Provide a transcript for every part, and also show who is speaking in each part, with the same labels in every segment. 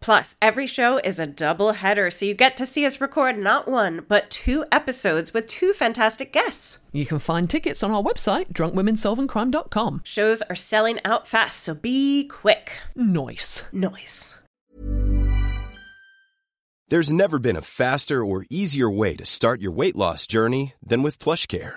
Speaker 1: Plus, every show is a double header, so you get to see us record not one, but two episodes with two fantastic guests.
Speaker 2: You can find tickets on our website, drunkwomensolvingcrime.com.
Speaker 1: Shows are selling out fast, so be quick.
Speaker 2: Nice.
Speaker 1: Noise.
Speaker 3: There's never been a faster or easier way to start your weight loss journey than with PlushCare.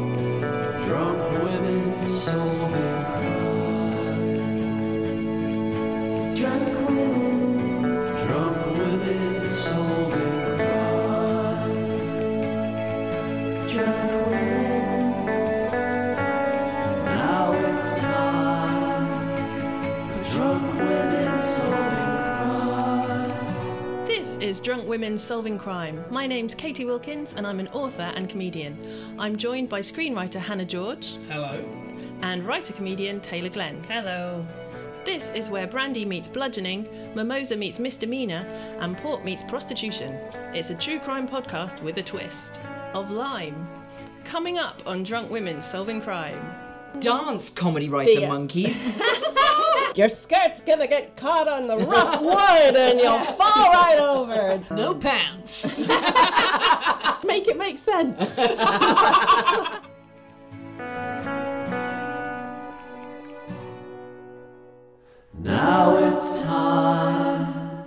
Speaker 4: Drunk women solving crime. Drunk women. Drunk women solving crime. Drunk women. Now it's time for drunk women solving crime.
Speaker 5: This is Drunk Women Solving Crime. My name's Katie Wilkins, and I'm an author and comedian. I'm joined by screenwriter Hannah George. Hello. And writer comedian Taylor Glenn.
Speaker 1: Hello.
Speaker 5: This is where brandy meets bludgeoning, mimosa meets misdemeanor, and port meets prostitution. It's a true crime podcast with a twist of lime. Coming up on Drunk Women Solving Crime.
Speaker 6: dance comedy writer
Speaker 5: Yeah.
Speaker 6: monkeys.
Speaker 1: Your skirt's gonna get caught on the rough wood and you'll fall right over.
Speaker 6: no pants.
Speaker 5: Make it make sense.
Speaker 4: Now it's time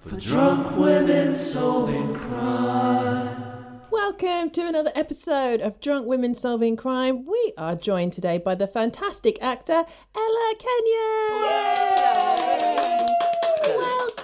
Speaker 4: for drunk women solving crime.
Speaker 5: Welcome to another episode of Drunk Women Solving Crime. We are joined today by the fantastic actor Ella Kenyon. Welcome.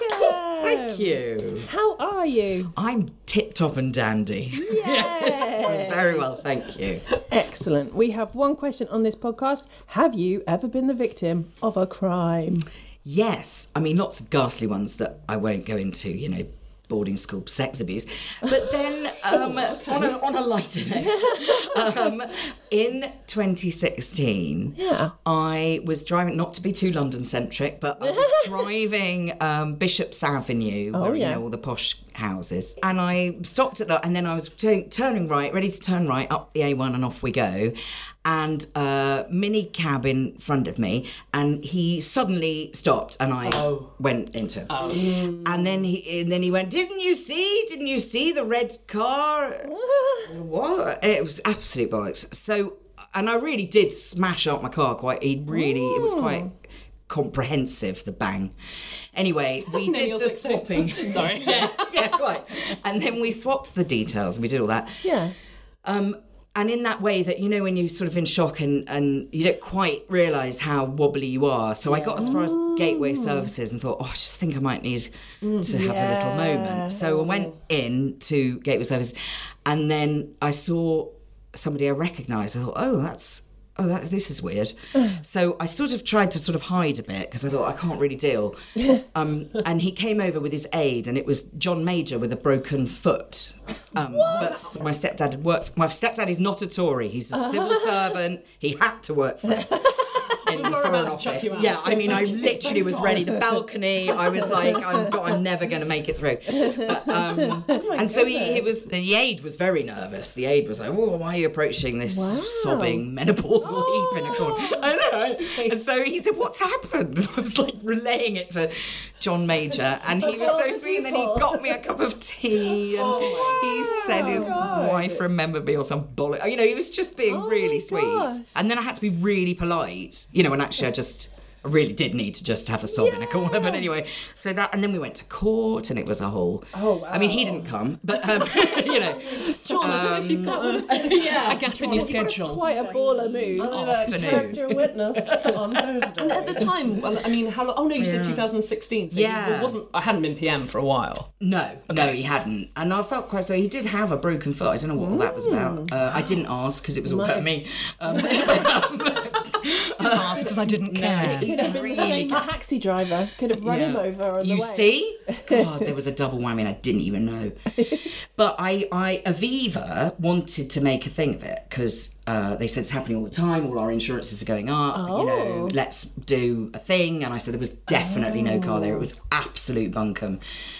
Speaker 6: Thank you.
Speaker 5: How are you?
Speaker 6: I'm tip top and dandy. I'm very well, thank you.
Speaker 5: Excellent. We have one question on this podcast. Have you ever been the victim of a crime?
Speaker 6: Yes, I mean lots of ghastly ones that I won't go into. You know, boarding school sex abuse. But then um, on, a, on a lighter note, um, in 2016,
Speaker 5: Yeah.
Speaker 6: I was driving, not to be too London centric, but I was driving um, Bishop's Avenue, where
Speaker 5: yeah.
Speaker 6: you know all the posh houses. And I stopped at that, and then I was tu- turning right, ready to turn right up the A1, and off we go. And a mini cab in front of me, and he suddenly stopped, and I went into him. And then he, and then he went, "Didn't you see? Didn't you see the red car?" What? It was absolute bollocks. So, and I really did smash up my car quite. It really, it was quite comprehensive. The bang. Anyway, we did the swapping. Sorry. yeah, yeah, quite. And then we swapped the details. We did all that.
Speaker 5: Yeah.
Speaker 6: Um, and in that way that you know when you're sort of in shock and, and you don't quite realise how wobbly you are. So I got as far as gateway services and thought, oh, I just think I might need to have a little moment. So I went in to gateway services, and then I saw somebody I recognised. I thought, oh, that's oh, that's, this is weird. so I sort of tried to sort of hide a bit because I thought, I can't really deal. um, and he came over with his aide, and it was John Major with a broken foot. Um, But my stepdad had worked. My stepdad is not a Tory. He's a civil servant. He had to work for it. In the Foreign
Speaker 7: to chuck
Speaker 6: Office.
Speaker 7: you out,
Speaker 6: yeah,
Speaker 7: so
Speaker 6: I mean, I
Speaker 7: thank you.
Speaker 6: literally was ready. The balcony, I was like, I'm, go- I'm never going to make it through. But, um,
Speaker 7: Oh
Speaker 6: and so he, he was, the aide was very nervous. The aide was like, oh, why are you approaching this sobbing menopausal heap in a corner? I know. And so he said, what's happened? I was like relaying it to John Major. And he was so sweet. And then he got me a cup of tea.
Speaker 7: Oh
Speaker 6: And he said his wife remembered me or some bollock. You know, he was just being
Speaker 7: Oh
Speaker 6: really sweet. And then I had to be really polite, you know, and actually I just. I really did need to just have a sob in a corner, but anyway. So that, and then we went to court, and it was a whole. Oh wow! I mean, he didn't come, but um, you know,
Speaker 7: John, I don't know if you've got one of yeah, a gap in your schedule. Quite a baller move.
Speaker 6: afternoon.
Speaker 1: Character witness on Thursday.
Speaker 8: At the time, well, I mean, how long? Oh no, you said 2016. So
Speaker 6: Yeah.
Speaker 8: it wasn't. I hadn't been PM for a while.
Speaker 6: No, no, he hadn't. And I felt quite so. He did have a broken foot. I don't know what all that was
Speaker 7: Mm.
Speaker 6: about. Uh, I didn't ask because it was all about me. Um,
Speaker 8: Didn't ask because I didn't care.
Speaker 7: Could have been the same taxi driver. Could have run him over on
Speaker 6: you
Speaker 7: the way.
Speaker 6: see, God, there was a double whammy, and I didn't even know. but I, I, Aviva wanted to make a thing of it because uh, they said it's happening all the time. All our insurances are going up. You know, let's do a thing. And I said there was definitely no car there. It was absolute bunkum.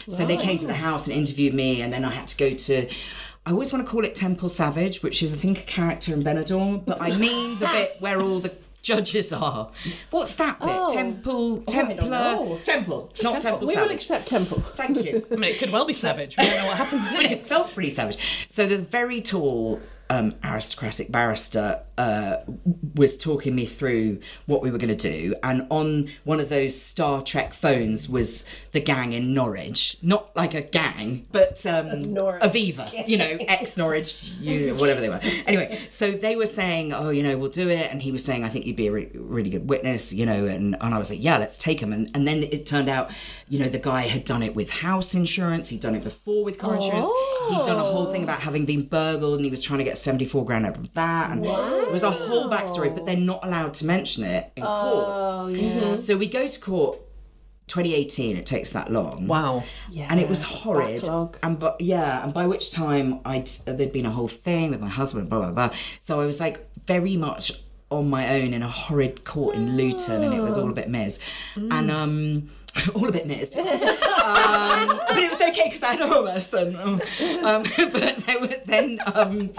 Speaker 6: So they came to the house and interviewed me, and then I had to go to. I always want to call it Temple Savage, which is I think a character in Benidorm, but I mean the bit where all the judges are. What's that bit? Temple, Templar, Temple. It's not Temple,
Speaker 7: we
Speaker 6: Savage.
Speaker 7: will accept Temple.
Speaker 6: Thank you.
Speaker 8: I mean, it could well be savage. We don't know what happens
Speaker 6: But it
Speaker 8: next.
Speaker 6: felt pretty savage. So the very tall um, aristocratic barrister uh, was talking me through what we were going to do, and on one of those Star Trek phones was the gang in Norwich, not like a gang, but um,
Speaker 1: Norwich.
Speaker 6: Aviva, you know, ex Norwich, you know, whatever they were. Anyway, so they were saying, "Oh, you know, we'll do it," and he was saying, "I think you'd be a re- really good witness," you know, and and I was like, "Yeah, let's take him." And and then it turned out, you know, the guy had done it with house insurance. He'd done it before with car insurance. He'd done a whole thing about having been burgled, and he was trying to get seventy four grand out of that. And it was a whole backstory, but they're not allowed to mention it in court. So we go to court. 2018. It takes that long.
Speaker 8: Wow.
Speaker 6: And it was horrid.
Speaker 7: backlog.
Speaker 6: And but yeah, and by which time I'd there'd been a whole thing with my husband, blah blah blah. So I was like very much on my own in a horrid court in Luton, and it was all a bit Miz, and um, all a bit Miz. um, but it was okay because I had a horse, and um, um, but they were then um,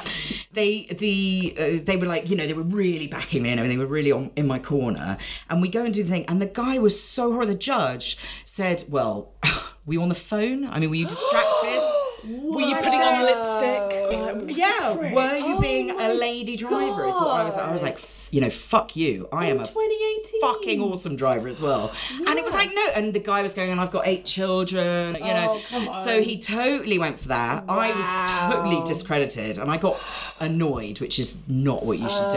Speaker 6: they the uh, they were like you know they were really backing me, and everything, they were really on, in my corner, and we go and do the thing, and the guy was so horrible. The judge said, well. Were you on the phone? I mean, were you distracted? were you putting on lipstick? yeah. Were you being a lady driver? Is what I was. I was like, "F- you know, fuck you. I am a
Speaker 7: 2018.
Speaker 6: fucking awesome driver as well. And it was like, no. And the guy was going, and I've got eight children. You know. So he totally went for that. I was totally discredited, and I got annoyed, which is not what you should
Speaker 5: Oh,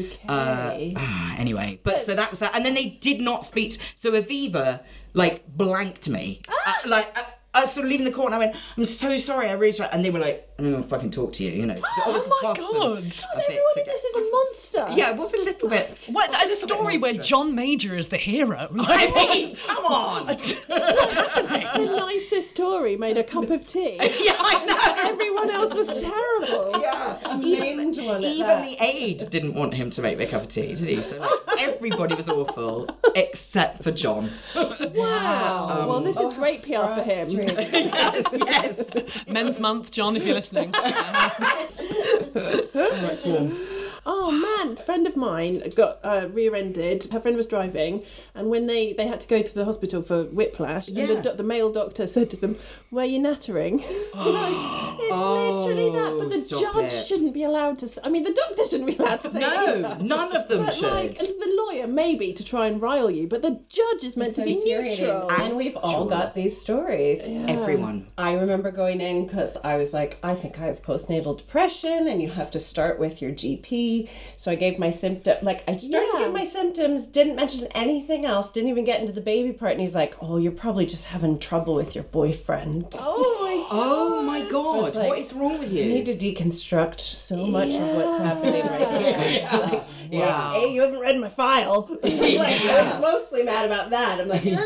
Speaker 6: do.
Speaker 7: Okay.
Speaker 6: Ah, anyway, but so that was that, and then they did not speak. to- so Aviva like blanked me, Uh, like. uh, I was sort of leaving the court and I went, I'm so sorry, I really tried. And they were like, I'm not going to fucking talk to you, you know. So obviously
Speaker 8: my
Speaker 6: cost them
Speaker 8: God.
Speaker 6: a bit
Speaker 7: Everyone
Speaker 6: to
Speaker 7: in
Speaker 6: get-
Speaker 7: this is a monster.
Speaker 6: Yeah, it was a little bit.
Speaker 8: What? There's a story where John Major is the hero. I mean,
Speaker 6: Come on!
Speaker 7: The nicest Tory made a cup of tea.
Speaker 6: yeah, I know!
Speaker 7: Everyone else was terrible.
Speaker 6: Yeah.
Speaker 1: Named one at
Speaker 6: Even
Speaker 1: that.
Speaker 6: the aide didn't want him to make their cup of tea, did he? So like, everybody was awful except for John.
Speaker 7: Wow.
Speaker 6: Um,
Speaker 7: well, this is great PR for him.
Speaker 6: yes, yes.
Speaker 8: Men's Month, John, if you're listening.
Speaker 6: That's warm.
Speaker 7: Oh man, a friend of mine got uh, rear-ended. Her friend was driving, and when they they had to go to the hospital for whiplash, and the,
Speaker 6: Yeah.
Speaker 7: do- the male doctor said to them, "Were you nattering?" like, it's literally that. But the
Speaker 6: Oh, stop
Speaker 7: judge
Speaker 6: it.
Speaker 7: shouldn't be allowed to. s- I mean, the doctor shouldn't be allowed to say.
Speaker 6: No,
Speaker 7: either.
Speaker 6: none of them
Speaker 7: But
Speaker 6: should.
Speaker 7: like and the lawyer, maybe to try and rile you, but the judge is meant
Speaker 1: So
Speaker 7: to be
Speaker 1: infuriating.
Speaker 7: neutral.
Speaker 1: And we've all got these stories.
Speaker 6: Everyone.
Speaker 1: I remember going in because I was like, I think I have postnatal depression, and you have to start with your GP. So I gave my symptom, like I started to
Speaker 7: Yeah.
Speaker 1: give my symptoms, didn't mention anything else, didn't even get into the baby part, and he's like, Oh, you're probably just having trouble with your boyfriend.
Speaker 7: oh my
Speaker 6: Oh my my god,
Speaker 1: It's like-
Speaker 6: what is wrong with you?
Speaker 1: You need to deconstruct so much of what's happening right here. Like,
Speaker 6: Wow.
Speaker 1: A, you haven't read my file. like, I was mostly mad about that. I'm like, wow.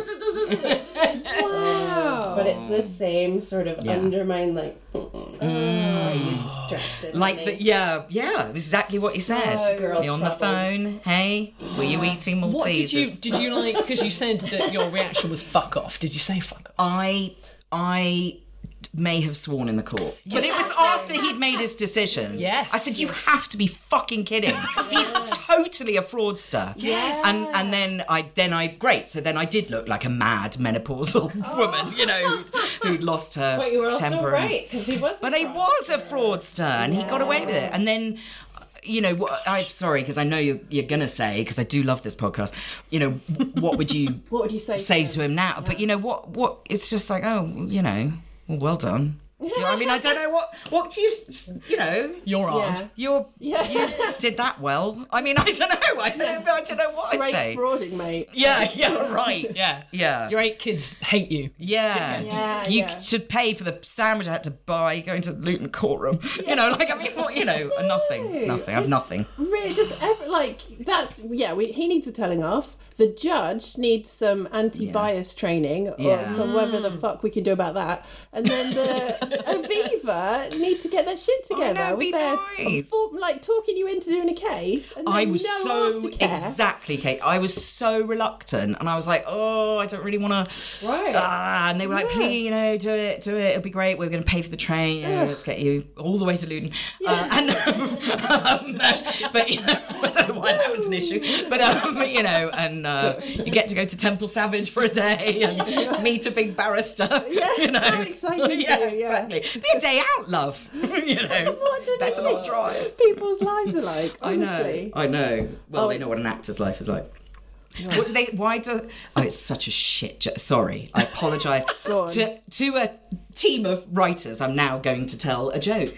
Speaker 1: But it's the same sort of
Speaker 6: Yeah.
Speaker 1: undermine, like, are you Oh, distracted?
Speaker 6: Mm. like
Speaker 1: honey?
Speaker 6: the, yeah, yeah, it was exactly what you said.
Speaker 1: girl
Speaker 6: you on the
Speaker 1: trouble.
Speaker 6: phone? Hey, were you eating Maltesers?
Speaker 8: What did you did you like? Because you said that your reaction was fuck off. Did you say fuck off?
Speaker 6: I I may have sworn in the court. But it was after he'd made his decision.
Speaker 8: Yes.
Speaker 6: I said, You have to be fucking kidding. He's totally a fraudster. Yes. And and then I then I great, so then I did look like a mad menopausal woman, you know, who'd, who'd lost her
Speaker 1: But you were also
Speaker 6: temper. and-
Speaker 1: right, because he was.
Speaker 6: but he was a fraudster, and he got away with it. And then, you know, what- I'm sorry because I know you're, you're gonna say because I do love this podcast. You know, what would you
Speaker 5: What would you say? to
Speaker 6: say
Speaker 5: them?
Speaker 6: to him now? But you know what? What it's just like, oh, you know, well, well done. You know, I mean, I don't know what what do you you know.
Speaker 8: Your aunt.
Speaker 5: Yeah.
Speaker 6: You're,
Speaker 5: Yeah.
Speaker 6: You did that well. I mean, I don't know. I don't, know, I don't know what I'd
Speaker 5: Great
Speaker 6: say.
Speaker 5: frauding, mate.
Speaker 6: Yeah, yeah, right.
Speaker 8: Yeah.
Speaker 6: Yeah.
Speaker 8: Your eight kids hate you.
Speaker 6: Yeah.
Speaker 5: Yeah,
Speaker 6: you
Speaker 5: yeah.
Speaker 6: should pay for the sandwich I had to buy going to Luton courtroom. You know, like I mean, what, you know, nothing, nothing. I've nothing.
Speaker 5: Really, just ever, like that's yeah. We, he needs a telling off. The judge needs some anti-bias training or
Speaker 6: Yeah.
Speaker 5: some whatever the fuck we can do about that. And then the Aviva need to get their shit together
Speaker 6: know, Oh, be
Speaker 5: with their
Speaker 6: nice.
Speaker 5: for- like talking you into doing a case. And then
Speaker 6: I was
Speaker 5: no
Speaker 6: so
Speaker 5: aftercare.
Speaker 6: exactly, Kate. I was so reluctant, and I was like, "Oh, I don't really want to."
Speaker 1: Right.
Speaker 6: Ah, and they were like,
Speaker 5: Yeah.
Speaker 6: "Please, you know, do it, do it. It'll be great. We're going to pay for the train. You know, let's get you all the way to Luton." Uh, and um, but you know, I don't know why that was an issue. But um, you know, and uh, you get to go to Temple Savage for a day and meet a big barrister. Yeah, you know,
Speaker 5: how exciting for you, yeah.
Speaker 6: exactly. Be a day out, love. you know,
Speaker 5: What do they
Speaker 6: better not
Speaker 5: think
Speaker 6: drive.
Speaker 5: People's lives are like honestly.
Speaker 6: I know. I know. Well,
Speaker 5: Oh,
Speaker 6: they know what an actor's life is like. What do they? Why do? Oh, it's such a shit. Jo- Sorry, I apologise
Speaker 5: Go on.
Speaker 6: to to a team of writers. I'm now going to tell a joke.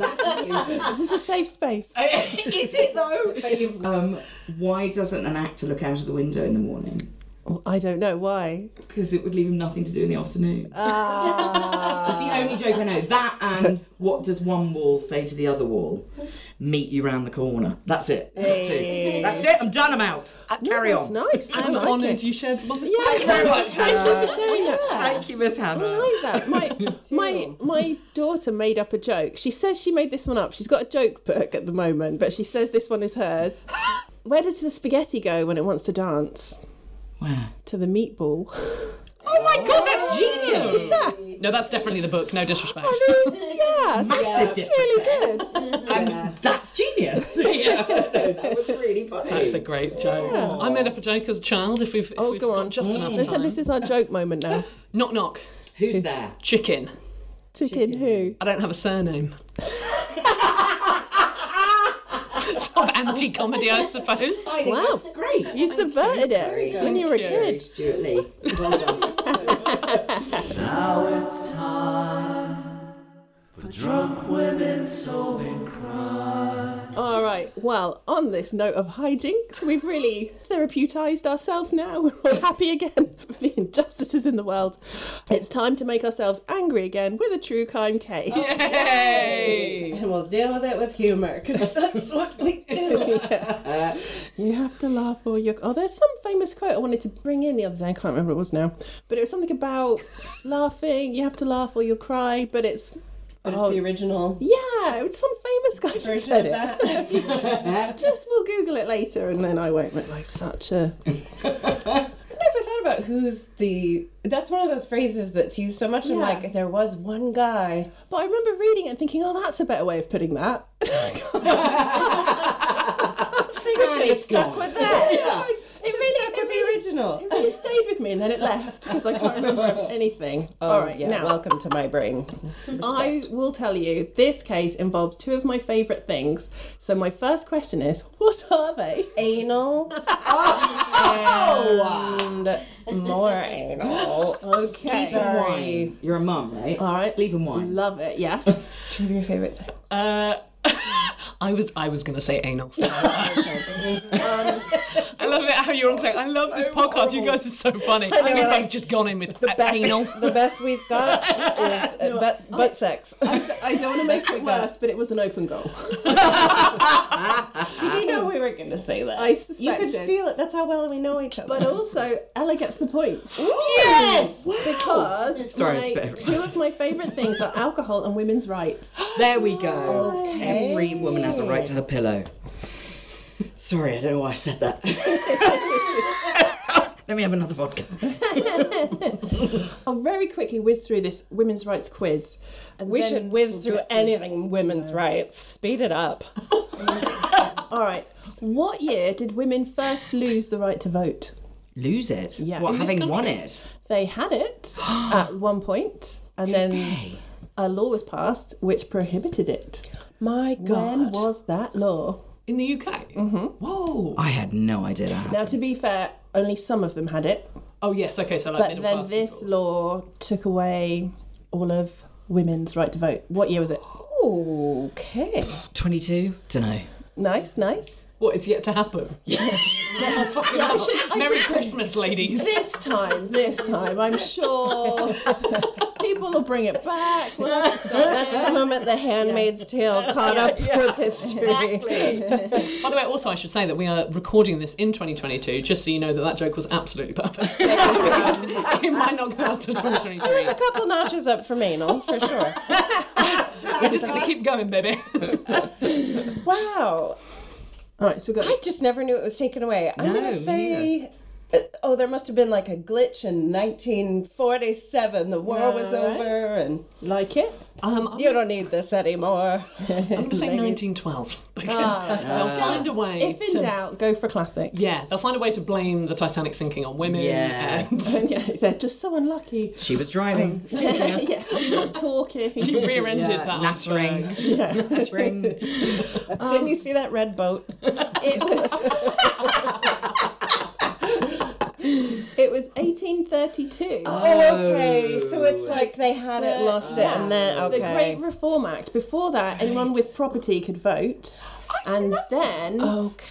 Speaker 5: This is a safe space.
Speaker 6: is it though? Um, why doesn't an actor look out of the window in the morning?
Speaker 5: Oh, I don't know why.
Speaker 6: Because it would leave him nothing to do in the afternoon.
Speaker 5: Ah.
Speaker 6: That's the only joke I know. That and what does one wall say to the other wall? Meet you round the corner. That's it. Got two. That's it. I'm done. I'm out. Carry
Speaker 5: That's
Speaker 6: on.
Speaker 5: nice. I
Speaker 8: I'm
Speaker 5: like
Speaker 8: honoured
Speaker 5: it.
Speaker 8: you shared them on this
Speaker 5: Yeah,
Speaker 8: podcast.
Speaker 6: very much,
Speaker 5: Thank you for sharing that.
Speaker 6: Thank you, Miss Hannah.
Speaker 5: I like that. My my my daughter made up a joke. She says she made this one up. She's got a joke book at the moment, but she says this one is hers. Where does the spaghetti go when it wants to dance?
Speaker 6: Where?
Speaker 5: To the meatball.
Speaker 6: Oh my god, that's genius!
Speaker 8: No, that's definitely the book. No disrespect.
Speaker 5: yeah, that's
Speaker 6: Massive
Speaker 5: really
Speaker 6: disrespect.
Speaker 5: good.
Speaker 6: That's genius. yeah, that was really funny.
Speaker 8: That's a great joke. I made up a joke as a child. If we've, if
Speaker 5: Oh,
Speaker 8: we've
Speaker 5: go
Speaker 8: got
Speaker 5: on.
Speaker 8: just enough
Speaker 5: They said
Speaker 8: time.
Speaker 5: this is our joke moment now.
Speaker 8: Knock knock.
Speaker 6: Who's there?
Speaker 8: Chicken.
Speaker 5: Chicken who?
Speaker 8: I don't have a surname. sort of anti-comedy, I suppose.
Speaker 5: Wow,
Speaker 6: Great.
Speaker 5: you subverted it when you were a kid.
Speaker 6: Stuart Lee.
Speaker 4: Now it's time for drunk women solving crime.
Speaker 5: All right. Well, on this note of hijinks, we've really therapeutised ourselves now. We're all happy again for the injustices in the world. It's time to make ourselves angry again with a true crime case.
Speaker 1: And we'll deal with it with humor, because that's what we do.
Speaker 5: You have to laugh or you're. Oh, there's some famous quote I wanted to bring in the other day. I can't remember what it was now. But it was something about laughing. You have to laugh or you'll cry. But it's.
Speaker 1: But it's the original
Speaker 5: Yeah, it's some famous guy who
Speaker 1: version of
Speaker 5: said it.
Speaker 1: that.
Speaker 5: Just we'll Google it later and then I won't look like such a.
Speaker 1: I've never thought about who's the. That's one of those phrases that's used so much. I'm
Speaker 5: Yeah.
Speaker 1: like, there was one guy.
Speaker 5: But I remember reading it and thinking, oh, that's a better way of putting that.
Speaker 1: We should have stuck with that. It really
Speaker 5: really-
Speaker 1: stuck with the original.
Speaker 5: It really stayed with me and then it left because I can't remember anything. All right,
Speaker 1: Oh, yeah.
Speaker 5: now
Speaker 1: Welcome to my brain.
Speaker 5: I will tell you this case involves two of my favourite things. So my first question is, what are they?
Speaker 1: anal. And more anal.
Speaker 5: Okay.
Speaker 1: Sorry.
Speaker 6: You're a mum, right?
Speaker 5: All right.
Speaker 6: Sleep and wine.
Speaker 5: Love it. Yes.
Speaker 1: Two of your favorite things.
Speaker 8: Uh, I was I was gonna say anal. so- I love it how you're on
Speaker 2: Oh,
Speaker 8: saying, I love this podcast. You guys are so funny. I mean, they've just gone in with
Speaker 9: The best,
Speaker 8: anal.
Speaker 9: the best we've got is uh, butt, butt sex.
Speaker 5: I d- I don't want to make it worse, but it was an open goal.
Speaker 9: Did you know we were going to say that?
Speaker 5: I
Speaker 9: You could
Speaker 5: suspected.
Speaker 9: feel it. That's how well we know each other.
Speaker 5: But also, Ella gets the point.
Speaker 9: yes!
Speaker 5: Because
Speaker 6: Sorry,
Speaker 5: my-
Speaker 6: it's a bit of-
Speaker 5: two of my favourite things are alcohol and women's rights.
Speaker 6: There we go. Every woman has a right to her pillow. Sorry, I don't know why I said that. Let me have another vodka.
Speaker 5: I'll very quickly whiz through this women's rights quiz. And
Speaker 9: we
Speaker 5: then
Speaker 9: should whiz
Speaker 5: we'll
Speaker 9: through
Speaker 5: get to-
Speaker 9: anything women's rights. Speed it up.
Speaker 5: All right. What year did women first lose the right to vote?
Speaker 6: Lose it.
Speaker 5: Yeah.
Speaker 6: What,
Speaker 5: In this
Speaker 6: having won it?
Speaker 5: They had it at one point, and then
Speaker 6: Hey.
Speaker 5: a law was passed which prohibited it.
Speaker 9: My
Speaker 5: When
Speaker 9: God.
Speaker 5: was that law?
Speaker 8: In the UK? Mm-hmm. Whoa.
Speaker 6: I had no idea that happened.
Speaker 5: Now, to be fair, only some of them had it,
Speaker 8: Oh, yes. Okay, so like
Speaker 5: but
Speaker 8: middle
Speaker 5: then
Speaker 8: class
Speaker 5: this
Speaker 8: people.
Speaker 5: law took away all of women's right to vote. What year was it?
Speaker 9: Okay.
Speaker 6: 22? Don't know.
Speaker 5: Nice, nice.
Speaker 8: What, it's yet to happen? Yeah. oh, fucking hell. Merry Christmas, ladies.
Speaker 5: This time, this time, I'm sure people will bring it back. We'll have to start.
Speaker 9: That's the moment the Handmaid's Tale caught up with history.
Speaker 8: By the way, also, I should say that we are recording this in 2022, just so you know that that joke was absolutely perfect. it might not go out to 2023.
Speaker 9: A couple notches up from anal, for sure.
Speaker 8: We're just going to keep going, baby.
Speaker 9: Wow.
Speaker 5: All right, so we've
Speaker 9: I
Speaker 5: got.
Speaker 9: just never knew it was taken away. I'm
Speaker 6: No,
Speaker 9: going to
Speaker 6: me
Speaker 9: say, uh, oh, there must have been like a glitch in 1947. The war was
Speaker 5: All right.
Speaker 9: over, and
Speaker 5: Like it?
Speaker 8: Um, I'm
Speaker 9: you
Speaker 8: going
Speaker 9: don't need this anymore.
Speaker 8: to say 1912 because they'll find a way.
Speaker 5: If in
Speaker 8: to,
Speaker 5: doubt, go for classic.
Speaker 8: Yeah, they'll find a way to blame the Titanic sinking on women.
Speaker 6: Yeah.
Speaker 8: And
Speaker 5: Yeah, they're just so unlucky.
Speaker 6: She was driving.
Speaker 5: yeah, she was talking.
Speaker 8: she rear-ended
Speaker 6: Yeah,
Speaker 8: that.
Speaker 6: nattering.
Speaker 8: iceberg.
Speaker 6: Nattering.
Speaker 9: Didn't you see that red boat?
Speaker 5: It was. it was 1832.
Speaker 9: Oh, okay. So it's like they had it, lost it, and then
Speaker 5: The
Speaker 9: okay.
Speaker 5: Great Reform Act. Before that, anyone with property could vote. And then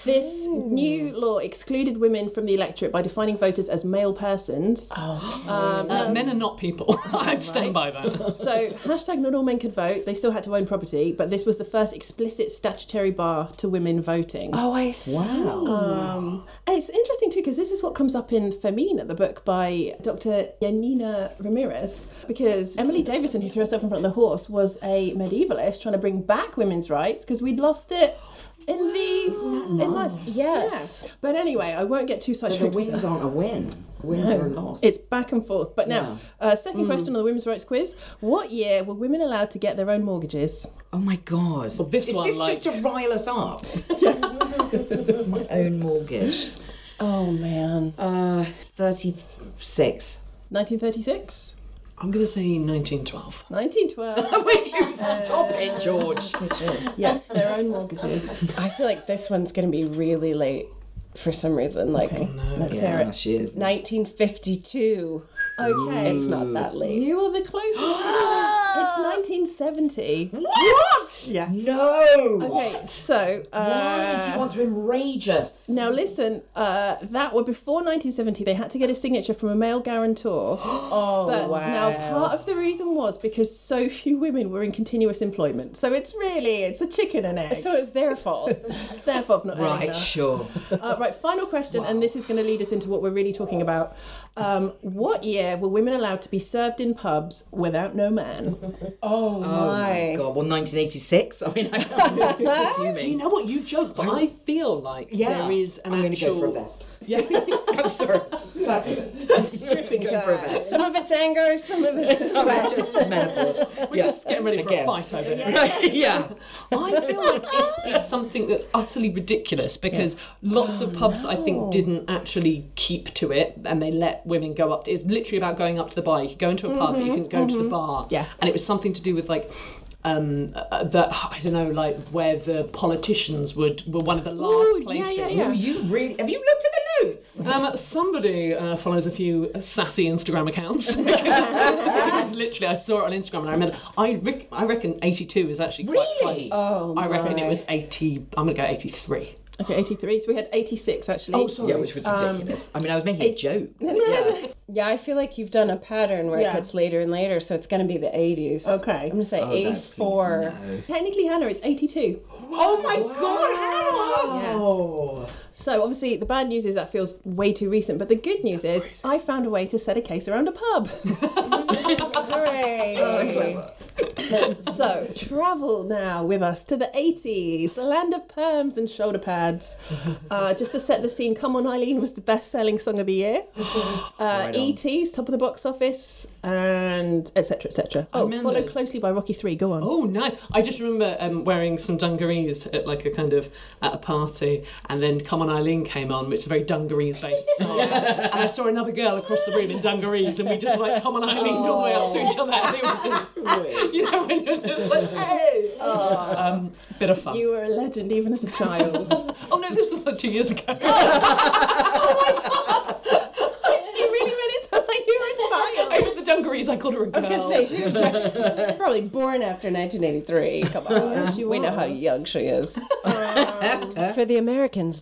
Speaker 5: this new law excluded women from the electorate by defining voters as male persons. Um,
Speaker 8: Uh, men are not people. I'd stand by that.
Speaker 5: So hashtag not all men could vote. They still had to own property, but this was the first explicit statutory bar to women voting.
Speaker 9: Oh, I see.
Speaker 6: Wow.
Speaker 5: Um, And it's interesting too because this is what comes up in Femina, the book by Dr. Yanina Ramirez, because Emily Davison, who threw herself in front of the horse, was a medievalist trying to bring back women's rights because we'd lost it in the in like
Speaker 9: Yes.
Speaker 5: yeah. But anyway, I won't get too
Speaker 6: The
Speaker 5: sidetracked.
Speaker 6: wins aren't a win. Wins are a loss.
Speaker 5: it's back and forth. But now, uh, second question on the women's rights quiz: What year were women allowed to get their own mortgages?
Speaker 6: oh my god.
Speaker 8: Well, this
Speaker 6: Is
Speaker 8: one,
Speaker 6: this
Speaker 8: like-
Speaker 6: just to rile us up? my own mortgage.
Speaker 9: Oh man.
Speaker 6: Uh, 36.
Speaker 5: 1936,
Speaker 8: I'm going to say 1912.
Speaker 5: 1912.
Speaker 6: Would you stop it, Uh, George?
Speaker 5: yeah, their own mortgages.
Speaker 9: I feel like this one's gonna be really late for some reason. Like
Speaker 5: Let's hear
Speaker 6: Yeah,
Speaker 5: it.
Speaker 6: she is.
Speaker 9: 1952.
Speaker 5: Okay.
Speaker 9: It's not that late.
Speaker 5: You are the closest. it's 1970.
Speaker 6: What?
Speaker 9: Yeah.
Speaker 6: No.
Speaker 5: Okay, so
Speaker 6: Why do you
Speaker 5: uh,
Speaker 6: want to enrage us?
Speaker 5: now listen. Uh, that were before 1970. They had to get a signature from a male guarantor.
Speaker 9: Oh
Speaker 5: But
Speaker 9: wow.
Speaker 5: now part of the reason was because so few women were in continuous employment. So it's really it's a chicken and egg.
Speaker 9: so it was their fault.
Speaker 5: It's their fault for not earning
Speaker 6: Right,
Speaker 5: enough.
Speaker 6: sure.
Speaker 5: Uh, right, final question, and this is going to lead us into what we're really talking about. Um, what year were women allowed to be served in pubs without no man?
Speaker 9: Oh, my.
Speaker 6: God, well, 1986. I mean, I'm just
Speaker 8: Do you
Speaker 6: assuming.
Speaker 8: know what? You joke, but I feel like
Speaker 6: Yeah.
Speaker 8: there is an
Speaker 6: I'm going to
Speaker 8: actual...
Speaker 6: go for a vest. Yeah. I'm sorry. Sorry. I'm stripping going for a vest.
Speaker 9: Some of it's anger, some of it's
Speaker 6: Sorry, just menopause.
Speaker 8: We're just getting ready for a
Speaker 6: Again.
Speaker 8: fight over here.
Speaker 6: yeah.
Speaker 8: I feel like it's, it's something that's utterly ridiculous because lots
Speaker 5: Oh,
Speaker 8: of pubs, I think, didn't actually keep to it and they let women go up. It's literally about going up to the bar. You could go into a pub, but you couldn't go to the bar.
Speaker 5: Mm-hmm. Yeah.
Speaker 8: And it was something to do with like. Um, uh, the I don't know, like where the politicians would were one of the last
Speaker 5: Ooh, yeah,
Speaker 8: places.
Speaker 5: yeah, yeah.
Speaker 6: You really have you looked at the notes?
Speaker 8: Um, somebody uh, follows a few sassy Instagram accounts because, because literally I saw it on Instagram and I remember I rec- I reckon 82 is actually quite
Speaker 6: Really?
Speaker 8: close. Oh, I reckon it was 80. I'm gonna go 83.
Speaker 5: Okay, 83. So we had 86 actually.
Speaker 6: Oh, sorry. Um, Yeah, which was ridiculous. I mean, I was making a joke. yeah.
Speaker 9: Yeah, I feel like you've done a pattern where
Speaker 5: Yeah.
Speaker 9: it gets later and later, so it's going to be the 80s.
Speaker 5: Okay.
Speaker 9: I'm going to say
Speaker 6: Oh, no, please,
Speaker 9: 84.
Speaker 6: no.
Speaker 5: Technically, Hannah, it's 82.
Speaker 6: Oh my god, Hannah! Oh.
Speaker 5: So obviously, the bad news is that feels way too recent. But the good news is I found a way to set a case around a pub.
Speaker 9: Hooray.
Speaker 5: Oh, so travel now with us to the 80s, the land of perms and shoulder pads. Uh, just to set the scene, Come On Eileen was the best-selling song of the year. Uh, E.T.'s top of the box office and etc. etc. Oh,
Speaker 8: Remember-
Speaker 5: followed closely by Rocky Three. Go on.
Speaker 8: Oh, nice! I just remember um, wearing some dungarees at like a kind of at a party, and then "Come On Eileen" came on, which is a very dungarees-based song. And I saw another girl across the room in dungarees, and we just like "Come On Eileen" all the way up to each other. And it was just, you know, when you're just like, hey, um, bit of fun.
Speaker 5: You were a legend even as a child.
Speaker 8: Oh no, this was like two years ago.
Speaker 9: You really made it sound like you were a child.
Speaker 8: it was the dungarees. I called her a girl.
Speaker 9: I was going to say, she was, she was probably born after 1983. Come on.
Speaker 5: Oh, she
Speaker 9: we know how
Speaker 5: was. Oh.
Speaker 9: young she is. For the Americans,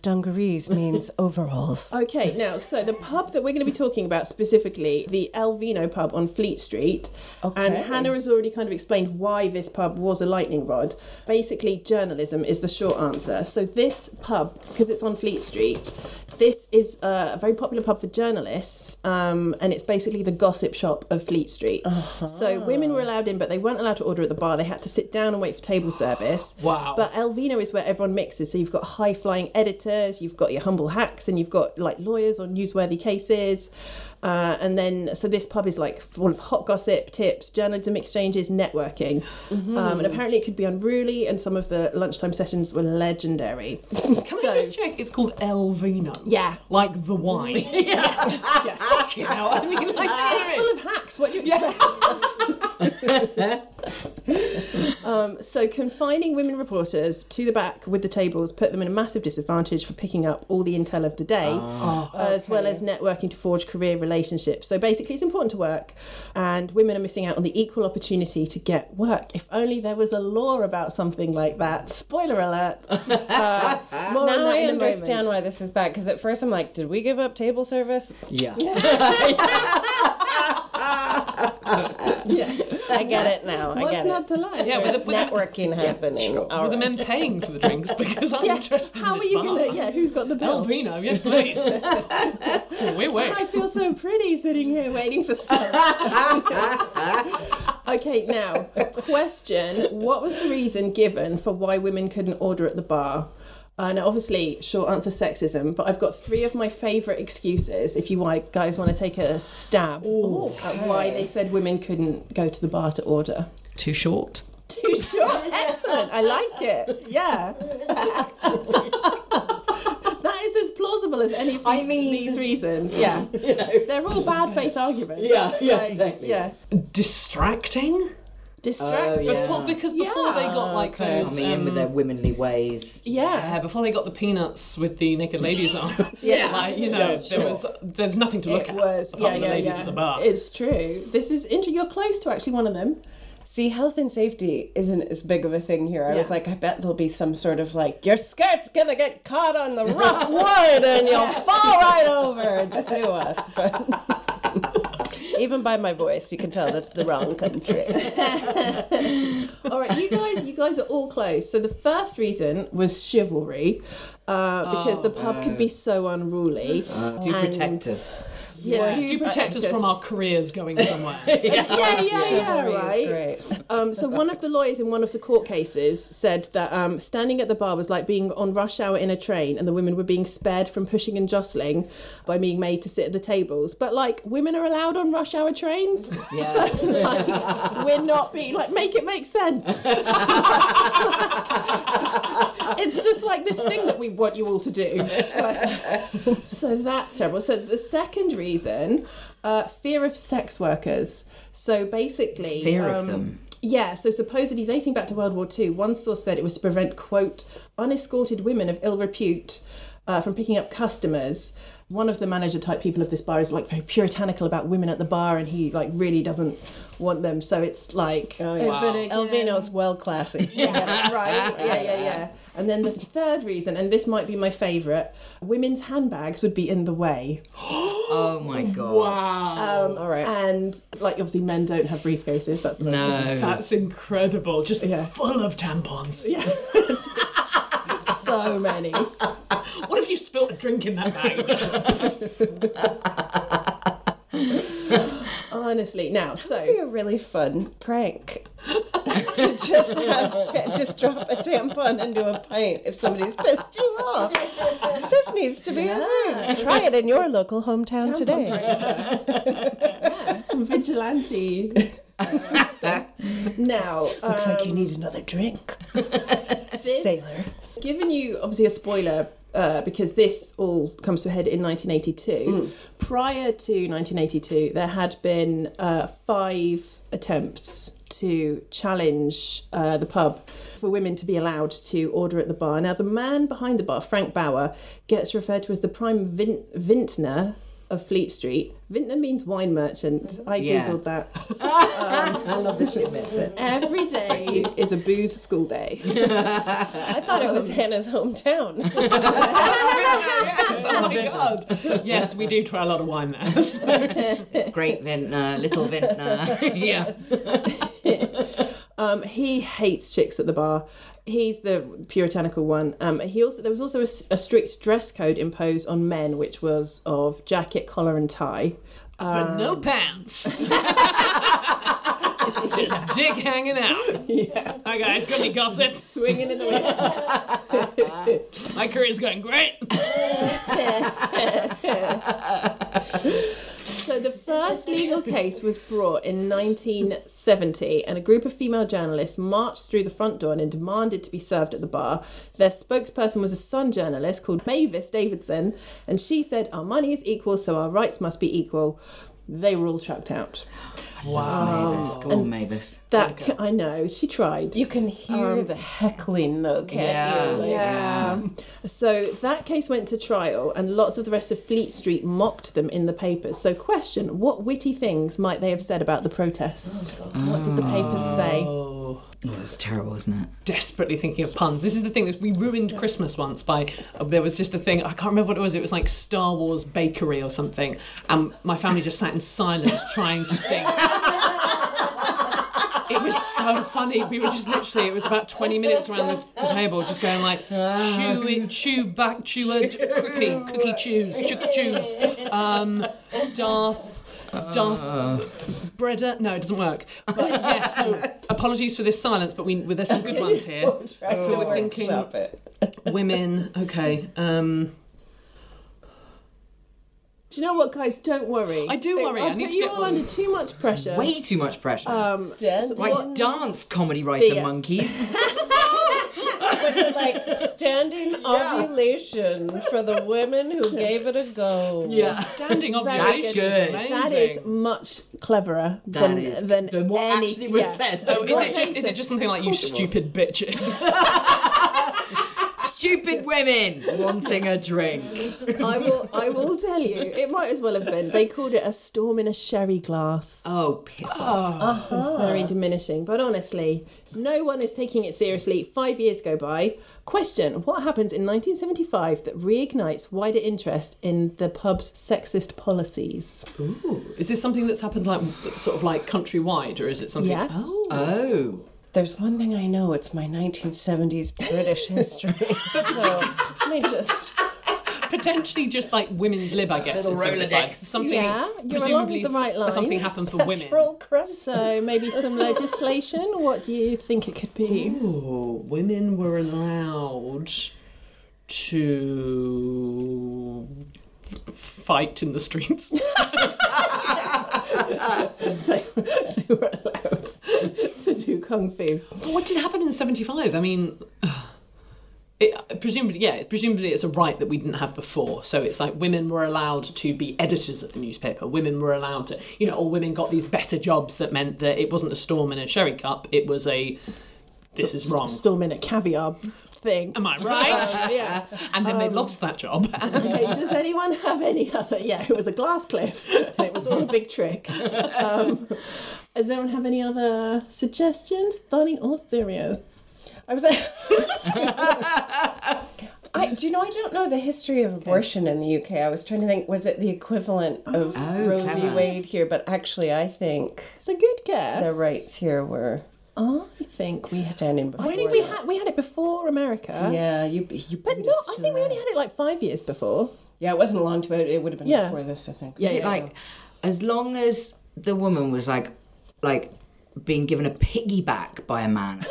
Speaker 9: dungarees means overalls.
Speaker 5: okay, now so the pub that we're going to be talking about specifically, the El Vino pub on Fleet Street, and
Speaker 9: Okay.
Speaker 5: Hannah has already kind of explained why this pub was a lightning rod. Basically, journalism is the short answer. So this pub, because it's on Fleet Street, this is uh, a very popular pub for journalists, um, and it's basically the gossip shop of Fleet Street. So women were allowed in, but they weren't allowed to order at the bar. They had to sit down and wait for table service.
Speaker 8: Wow.
Speaker 5: But Elvino is where everyone mixes. So you've got high flying editors, you've got your humble hacks, and you've got like lawyers on newsworthy cases. Uh, and then, so this pub is like full of hot gossip, tips, journalism exchanges, networking. Um, and apparently, it could be unruly, and some of the lunchtime sessions were legendary.
Speaker 8: Can
Speaker 5: So-
Speaker 8: I just check? It's called El Vino.
Speaker 5: Yeah.
Speaker 8: Like the wine. yeah. Fucking hell. I mean, like,
Speaker 5: it's full of hacks. What do you expect? um, so confining women reporters to the back with the tables put them in a massive disadvantage for picking up all the intel of the day,
Speaker 8: Ah.
Speaker 5: uh, as well as networking to forge career relationships. So basically, it's important to work, and women are missing out on the equal opportunity to get work. If only there was a law about something like that. Spoiler alert. Uh, more on
Speaker 9: Now
Speaker 5: that
Speaker 9: I
Speaker 5: in a
Speaker 9: understand
Speaker 5: moment.
Speaker 9: why this is bad because at first I'm like, did we give up table service?
Speaker 6: Yeah.
Speaker 9: I get it now. I
Speaker 5: What's
Speaker 9: get
Speaker 5: not
Speaker 9: it.
Speaker 5: to like?
Speaker 8: Yeah,
Speaker 9: There's
Speaker 8: with the, with the,
Speaker 9: networking happening. All
Speaker 8: with the
Speaker 9: right.
Speaker 8: men paying for the drinks because I'm interested
Speaker 5: How
Speaker 8: in
Speaker 5: are
Speaker 8: this
Speaker 5: you
Speaker 8: bar.
Speaker 5: gonna? Yeah, who's got the bill?
Speaker 8: El Vino, yeah, please. we're
Speaker 5: I
Speaker 8: waiting.
Speaker 5: feel so pretty sitting here waiting for stuff. okay, now, question What was the reason given for why women couldn't order at the bar? Uh, now, obviously, short answer sexism, but I've got three of my favourite excuses if you wi- guys want to take a stab at why they said women couldn't go to the bar to order.
Speaker 6: Too short.
Speaker 5: Too short. Excellent. I like it. Yeah. that is as plausible as any of these,
Speaker 6: I mean-
Speaker 5: these reasons. Yeah.
Speaker 6: You know.
Speaker 5: They're all bad faith arguments.
Speaker 6: Yeah, yeah,
Speaker 5: Like,
Speaker 6: exactly.
Speaker 5: Yeah.
Speaker 8: Distracting?
Speaker 5: Distract.
Speaker 6: Oh, yeah.
Speaker 8: Before, because before
Speaker 5: Yeah.
Speaker 8: they got like
Speaker 6: Coming
Speaker 8: those.
Speaker 6: in with
Speaker 8: um,
Speaker 6: their womenly ways.
Speaker 5: yeah.
Speaker 8: Yeah, before they got the peanuts with the naked ladies on.
Speaker 6: Yeah.
Speaker 8: like, you know, there was there's nothing to look
Speaker 5: It
Speaker 8: at
Speaker 5: was.
Speaker 8: apart
Speaker 5: Yeah,
Speaker 8: from
Speaker 5: yeah,
Speaker 8: the ladies
Speaker 5: yeah.
Speaker 8: at the bar.
Speaker 5: It's true. This is interesting. You're close to actually one of them.
Speaker 9: See, health and safety isn't as big of a thing here. I was
Speaker 5: Yeah.
Speaker 9: like, I bet there'll be some sort of like, your skirt's gonna get caught on the rough wood and you'll fall right over and sue us. But even by my voice, you can tell that's the wrong country.
Speaker 5: All right, you guys, you guys are all close. So the first reason was chivalry, uh, because
Speaker 8: Oh,
Speaker 5: the pub could be so unruly.
Speaker 6: Do
Speaker 5: And-
Speaker 6: protect us.
Speaker 5: yeah,
Speaker 8: Do you protect us from our careers going somewhere?
Speaker 5: yeah, yeah, yeah,
Speaker 9: Chivalry is
Speaker 5: right.
Speaker 9: Great.
Speaker 5: Um, so one of the lawyers in one of the court cases said that um, standing at the bar was like being on rush hour in a train, and the women were being spared from pushing and jostling by being made to sit at the tables. But like, women are allowed on rush hour trains, so like, we're not being like make it make sense. it's just like this thing that we want you all to do. Like, so that's terrible. So the second reason, uh, fear of sex workers. So basically,
Speaker 6: Fear of
Speaker 5: um,
Speaker 6: them.
Speaker 5: yeah, so supposedly dating back to World War II, one source said it was to prevent, quote, unescorted women of ill repute uh, from picking up customers. One of the manager type people of this bar is like very puritanical about women at the bar and he like really doesn't want them. So it's like, oh,
Speaker 9: yeah. Elvino's well classy.
Speaker 5: yeah, right. Yeah, yeah, yeah. And then the third reason, and this might be my favourite, women's handbags would be in the way.
Speaker 6: Oh my god.
Speaker 8: Wow.
Speaker 5: Um,
Speaker 9: all right.
Speaker 5: And like obviously, men don't have briefcases. That's another thing.
Speaker 6: No.
Speaker 8: That's incredible. Just
Speaker 5: Yeah.
Speaker 8: full of tampons.
Speaker 5: so many.
Speaker 8: What if you spilt a drink in that bag?
Speaker 5: Honestly, now
Speaker 9: be
Speaker 5: so
Speaker 9: a really fun prank to just have to just drop a tampon into a pint if somebody's pissed you off. This needs to be a thing. Try it in your local hometown today.
Speaker 5: some vigilante. now,
Speaker 9: Looks
Speaker 5: um,
Speaker 9: like you need another drink, sailor.
Speaker 5: given you obviously a spoiler uh, because this all comes to a head in 1982. Prior to 1982, there had been uh, five attempts to challenge uh, the pub for women to be allowed to order at the bar. Now, the man behind the bar, Frank Bauer, gets referred to as the prime vin- vintner of Fleet Street. Vintner means wine merchant. I
Speaker 6: Yeah.
Speaker 5: googled that.
Speaker 6: I love that she admits it.
Speaker 5: Every day is a booze school day.
Speaker 9: I thought it was Hannah's hometown.
Speaker 8: oh my god. Yes, we do try a lot of wine there.
Speaker 6: It's great vintner, little vintner. yeah.
Speaker 5: Um, he hates chicks at the bar. He's the puritanical one. Um, he also there was also a, s- a strict dress code imposed on men, which was of jacket, collar, and tie.
Speaker 8: but no pants. Just dick hanging out. Yeah. Hi guys, got any gossip?
Speaker 5: Swinging in the wind.
Speaker 8: My career's going great.
Speaker 5: so the first legal case was brought in 1970, and a group of female journalists marched through the front door and demanded to be served at the bar. Their spokesperson was a Sun journalist called Mavis Davidson, and she said, "Our money is equal, so our rights must be equal." They were all chucked out.
Speaker 6: Wow. Mavis. Go on, Mavis.
Speaker 5: That c I I know she tried. Oh,
Speaker 9: You can hear the heckling though, can't
Speaker 6: Um, Yeah.
Speaker 9: you? Like,
Speaker 5: Yeah. So that case went to trial, and lots of the rest of Fleet Street mocked them in the papers. So, question what witty things might they have said about the protest? what did the
Speaker 8: Mm.
Speaker 5: papers say?
Speaker 6: Oh, that's terrible, isn't it?
Speaker 8: desperately thinking of puns. This is the thing that we ruined Christmas once by uh, there was just a thing I can't remember what it was. It was like Star Wars bakery or something, and my family just sat in silence trying to think. It was so funny. We were just literally, it was about 20 minutes around the, the table, just going like, chew it, chew back, chew a d- cookie, cookie chews, chook chews, um, Darth, Darth, Breda. uh, No, it doesn't work. But yeah, so apologies for this silence, but we, well, there's some good ones here.
Speaker 9: Try
Speaker 8: So
Speaker 9: to
Speaker 8: we're thinking-
Speaker 9: workshop it.
Speaker 8: Women, okay. Um,
Speaker 5: Do you know what, guys? Don't worry.
Speaker 8: I do worry,
Speaker 5: I'll
Speaker 8: I need
Speaker 5: put
Speaker 8: to
Speaker 5: you
Speaker 8: get
Speaker 5: all
Speaker 8: one.
Speaker 5: under too much pressure.
Speaker 6: Way too much pressure.
Speaker 5: Um,
Speaker 9: Dead.
Speaker 6: like
Speaker 5: what-
Speaker 6: dance comedy writer
Speaker 5: Yeah.
Speaker 6: monkeys.
Speaker 9: Was it like standing ovulation for the women who gave it a go?
Speaker 6: Yeah.
Speaker 8: standing
Speaker 5: Very
Speaker 8: ovulation
Speaker 6: good.
Speaker 8: is amazing.
Speaker 5: that is much cleverer
Speaker 6: That
Speaker 5: than,
Speaker 6: is
Speaker 5: than
Speaker 6: than what
Speaker 5: any,
Speaker 6: actually was
Speaker 5: yeah.
Speaker 6: said.
Speaker 8: Oh, is it just is it just something like you stupid bitches?
Speaker 6: Stupid women wanting a drink.
Speaker 5: I will. I will tell you. It might as well have been. They called it a storm in a sherry glass.
Speaker 6: Oh, piss off.
Speaker 5: It's very diminishing. But honestly, no one is taking it seriously. Five years go by. Question What happens in 1975 that reignites wider interest in the pub's sexist policies?
Speaker 8: Ooh, is this something that's happened like sort of like countrywide, or is it something?
Speaker 5: Yes.
Speaker 8: Oh.
Speaker 6: Oh.
Speaker 9: There's one thing I know. It's my 1970s British history. so let me just.
Speaker 8: potentially just like women's lib, I guess.
Speaker 6: Little
Speaker 8: in some
Speaker 6: Rolodex.
Speaker 8: respect. Something.
Speaker 5: Yeah, you're along
Speaker 8: presumably
Speaker 5: the right lines.
Speaker 8: Something happened for women.
Speaker 9: Troll crust.
Speaker 5: So maybe some legislation? What do you think it could be?
Speaker 8: Oh, women were allowed to fight in the streets.
Speaker 5: they were allowed to do kung fu.
Speaker 8: what did happen in '75? I mean. It, presumably, yeah. Presumably, it's a right that we didn't have before. So it's like women were allowed to be editors of the newspaper. Women were allowed to, you know, all women got these better jobs that meant that it wasn't a storm in a sherry cup. It was a, this is wrong.
Speaker 5: Storm in a caviar thing.
Speaker 8: Am I right? Um, yeah. And then they lost that job.
Speaker 5: Okay, does anyone have any other? Yeah, it was a glass cliff. It was all a big trick. Um, does anyone have any other suggestions? Starting all serious.
Speaker 9: I was. I, do you know? I don't know the history of abortion in the UK. I was trying to think, was it the equivalent of
Speaker 5: Oh,
Speaker 9: Roe v.
Speaker 6: clever.
Speaker 9: Wade here? But actually, I think
Speaker 5: It's a good guess.
Speaker 9: the rights here were
Speaker 5: I think we.
Speaker 9: standing before.
Speaker 5: I think we
Speaker 9: that.
Speaker 5: had we had it before America.
Speaker 9: Yeah, you. you
Speaker 5: But
Speaker 9: beat
Speaker 5: not.
Speaker 9: us
Speaker 5: I
Speaker 9: to
Speaker 5: think we
Speaker 9: that.
Speaker 5: only had it like five years before.
Speaker 9: Yeah, it wasn't long to it. It would have been
Speaker 5: Yeah.
Speaker 9: before this, I think.
Speaker 5: Yeah,
Speaker 6: Is it
Speaker 5: yeah.
Speaker 6: like as long as the woman was like like being given a piggyback by a man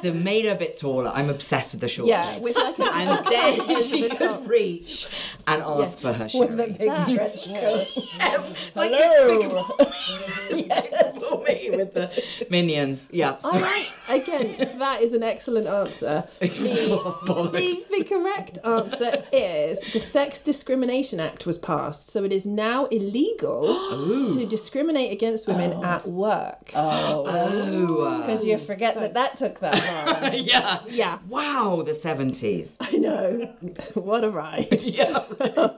Speaker 6: that made her a bit taller i'm obsessed with the short
Speaker 5: Yeah,
Speaker 6: leg.
Speaker 5: with like a,
Speaker 6: and then she could reach and ask for her sherry.
Speaker 5: That's-
Speaker 6: Yes, like Hello. Despicable Me with the minions. Yeah,
Speaker 5: I
Speaker 6: sorry.
Speaker 5: like, again, that is an excellent answer. The,
Speaker 6: Bollocks.
Speaker 5: the correct answer is the Sex Discrimination Act was passed, so it is now illegal to discriminate against women
Speaker 6: Oh.
Speaker 5: at work.
Speaker 6: Uh.
Speaker 9: Because you forget that that took
Speaker 5: Oh.
Speaker 9: that long.
Speaker 6: Yeah.
Speaker 5: Yeah,
Speaker 6: Wow, the 70s.
Speaker 5: I know. what a ride. Um,
Speaker 6: Yeah.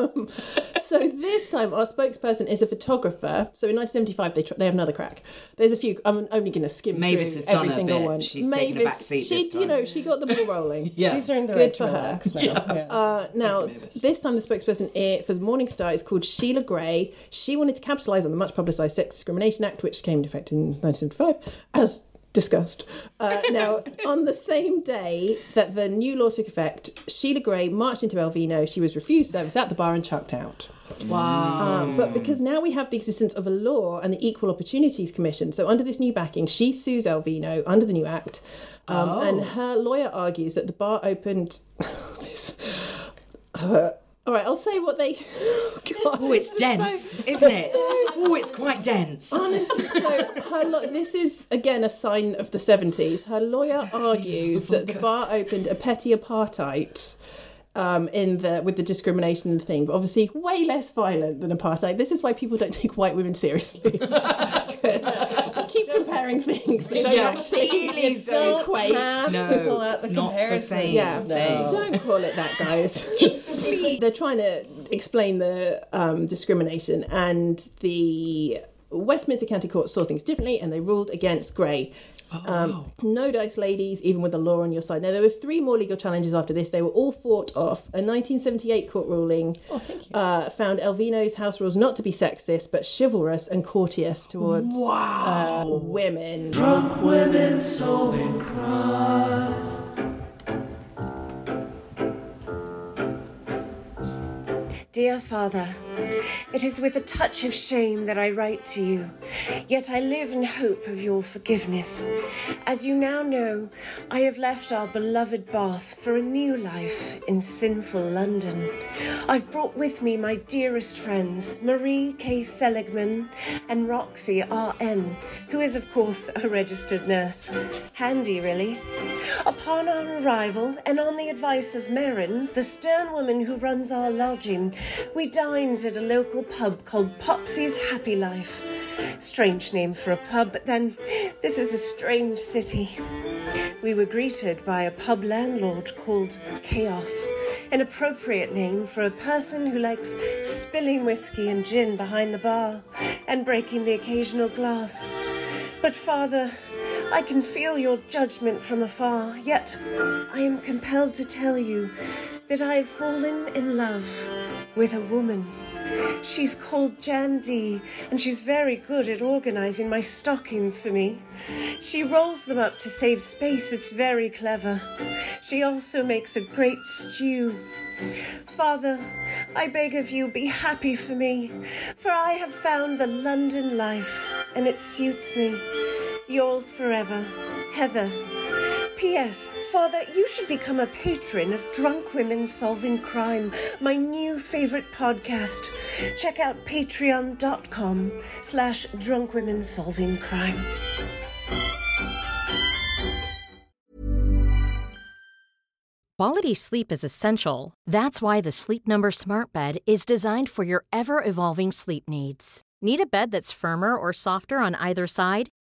Speaker 5: So this time, our spokesperson is a photographer. So in 1975, they tr- they have another crack. There's a few. I'm only going to skim
Speaker 6: Mavis
Speaker 5: through
Speaker 6: has done
Speaker 5: every
Speaker 6: her
Speaker 5: single
Speaker 6: bit.
Speaker 5: one.
Speaker 6: She's taken a
Speaker 5: Mavis,
Speaker 6: back seat
Speaker 5: she,
Speaker 6: this
Speaker 5: you
Speaker 6: time.
Speaker 5: know, she got the ball rolling.
Speaker 6: Yeah.
Speaker 9: She's earned the
Speaker 5: Good
Speaker 9: right
Speaker 5: for
Speaker 9: to
Speaker 5: her.
Speaker 9: relax now. Yeah.
Speaker 5: Uh, now, this time the spokesperson i- for Morningstar is called Sheila Gray. She wanted to capitalise on the much publicised Sex Discrimination Act, which came into effect in 1975, as discussed. Uh, now, on the same day that the new law took effect, Sheila Gray marched into Elvino. She was refused service at the bar and chucked out. Wow. Um, but because now we have the existence of a law and the Equal Opportunities Commission, so under this new backing, she sues Elvino under the new act. Um, And her lawyer argues that the bar opened. this. Uh, all right, I'll say what they. God,
Speaker 6: Oh, it's dense, isn't it? Oh, it's quite dense.
Speaker 5: Honestly, so her lo- this is again a sign of the 70s. Her lawyer argues that the bar opened a petty apartheid um, in the with the discrimination thing, but obviously way less violent than apartheid. This is why people don't take white women seriously. 'Cause we keep comparing things that don't
Speaker 6: Yeah.
Speaker 5: actually
Speaker 6: Please
Speaker 5: don't
Speaker 6: don't
Speaker 5: equate.
Speaker 9: Have
Speaker 6: No,
Speaker 9: to pull out
Speaker 6: it's
Speaker 9: the
Speaker 6: not the
Speaker 9: comparison.
Speaker 6: same.
Speaker 5: Yeah,
Speaker 6: No.
Speaker 5: don't call it that, guys. They're trying to explain the um, discrimination, and the Westminster County Court saw things differently, and they ruled against Gray. Um, no dice, ladies, even with the law on your side. Now, there were three more legal challenges after this. They were all fought off. A 1978 court ruling uh, found Elvino's house rules not to be sexist, but chivalrous and courteous towards uh, women.
Speaker 4: Drunk women solving crime.
Speaker 1: Dear Father, it is with a touch of shame that I write to you, yet I live in hope of your forgiveness. As you now know, I have left our beloved Bath for a new life in sinful London. I've brought with me my dearest friends, Marie K. Seligman and Roxy R.N., who is, of course, a registered nurse. Handy, really. Upon our arrival, and on the advice of Merrin, the stern woman who runs our lodging, we dined at a local pub called Popsy's Happy Life. Strange name for a pub, but then this is a strange city. We were greeted by a pub landlord called Chaos, an appropriate name for a person who likes spilling whiskey and gin behind the bar and breaking the occasional glass. But, Father, I can feel your judgment from afar, yet I am compelled to tell you that I have fallen in love with a woman. She's called Jan D, and she's very good at organizing my stockings for me. She rolls them up to save space, it's very clever. She also makes a great stew. Father, I beg of you, be happy for me, for I have found the London life, and it suits me. Yours forever, Heather. P.S. Father, you should become a patron of Drunk Women Solving Crime, my new favorite podcast. Check out patreon.com slash drunk women solving crime.
Speaker 10: Quality sleep is essential. That's why the Sleep Number Smart Bed is designed for your ever evolving sleep needs. Need a bed that's firmer or softer on either side?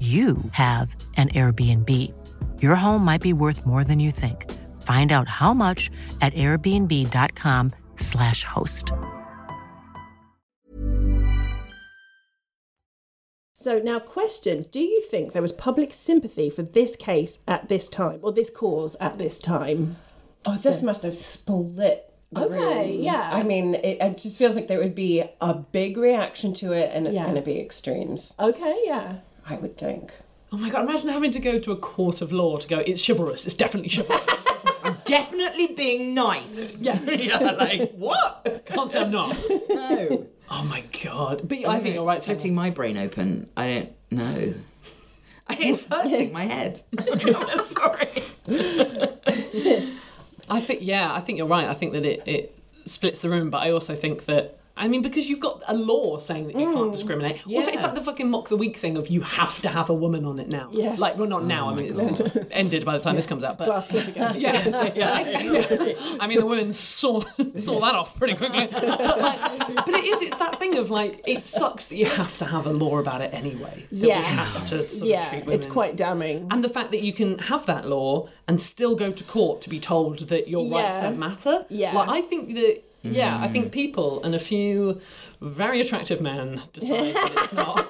Speaker 10: you have an Airbnb. Your home might be worth more than you think. Find out how much at airbnb.com/slash host.
Speaker 5: So now, question: Do you think there was public sympathy for this case at this time, or this cause at this time?
Speaker 9: Oh, this must have split. The
Speaker 5: Okay,
Speaker 9: room.
Speaker 5: yeah.
Speaker 9: I mean, it, it just feels like there would be a big reaction to it, and it's
Speaker 5: Yeah.
Speaker 9: going to be extremes.
Speaker 5: Okay, yeah.
Speaker 9: I would think.
Speaker 2: Oh my god, imagine having to go to a court of law to go, it's chivalrous, it's definitely chivalrous.
Speaker 6: Definitely being nice.
Speaker 2: yeah.
Speaker 6: yeah, like what?
Speaker 2: Can't say I'm not.
Speaker 6: No.
Speaker 2: Oh my god. But I think you're right,
Speaker 6: It's splitting my brain open. I don't know. It's hurting my head. Sorry.
Speaker 2: I think yeah, I think you're right. I think that it, it splits the room, but I also think that I mean because you've got a law saying that you can't
Speaker 5: Mm,
Speaker 2: discriminate. Also, it's
Speaker 6: yeah.
Speaker 2: like the fucking mock the week thing of you have to have a woman on it now.
Speaker 5: Yeah.
Speaker 2: Like well, not now. I mean, it's, it's ended by the time this comes out. But
Speaker 5: Glass cliff again.
Speaker 2: yeah, yeah. I mean, the women saw saw that off pretty quickly. But, like, but it is. It's that thing of like, it sucks that you have to have a law about it anyway. that we have to sort of
Speaker 5: yeah.
Speaker 2: treat
Speaker 5: It's
Speaker 2: women.
Speaker 5: quite damning.
Speaker 9: Uh,
Speaker 2: And the fact that you can have that law and still go to court to be told that your rights
Speaker 5: Yeah.
Speaker 2: don't matter.
Speaker 5: Yeah.
Speaker 2: Like, I think that. Yeah, I think people and a few very attractive men decide that it's not.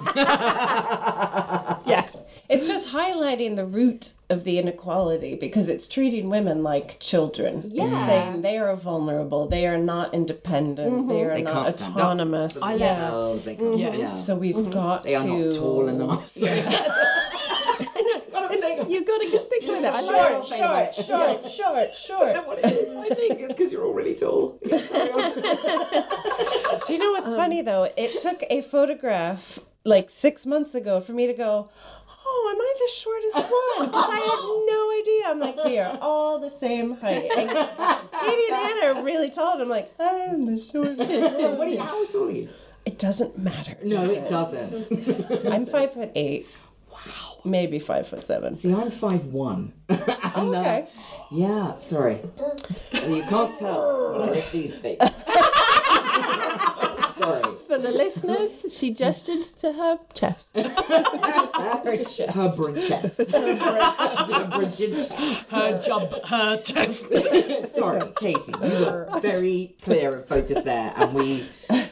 Speaker 9: Yeah. It's just highlighting the root of the inequality because it's treating women like children. It's
Speaker 5: Yeah.
Speaker 9: saying they are vulnerable, they are not independent, uh,
Speaker 5: Mm-hmm.
Speaker 9: they are
Speaker 6: They
Speaker 9: not
Speaker 6: can't stand up.
Speaker 9: autonomous.
Speaker 6: I themselves. They can't.
Speaker 2: Yes.
Speaker 6: Yeah.
Speaker 9: So we've
Speaker 5: Mm-hmm.
Speaker 9: got
Speaker 6: They are
Speaker 9: to.
Speaker 6: not tall enough.
Speaker 5: It's- You've got to stick to it. I like
Speaker 9: Short, short, short, short, short.
Speaker 6: I think it's because you're all really tall.
Speaker 9: Do you know what's
Speaker 6: Um.
Speaker 9: funny though? It took a photograph like six months ago for me to go, Oh, am I the shortest one? Because I had no idea. I'm like, we are all the same height. And Katie and Anna are really tall, and I'm like, I am the shortest. one."
Speaker 6: What are you, how tall are you?
Speaker 9: It doesn't matter.
Speaker 6: No, it doesn't.
Speaker 9: I'm five foot eight. Wow. Maybe five foot seven.
Speaker 6: See, I'm five one.
Speaker 9: Okay.
Speaker 6: Yeah, sorry. And you can't tell when I lift these things. sorry.
Speaker 5: For the listeners, she gestured to her chest.
Speaker 9: Her chest.
Speaker 6: Her brin chest. Her brin chest.
Speaker 2: her job, her test.
Speaker 6: Sorry, Katie, you were very clear and focused there, and we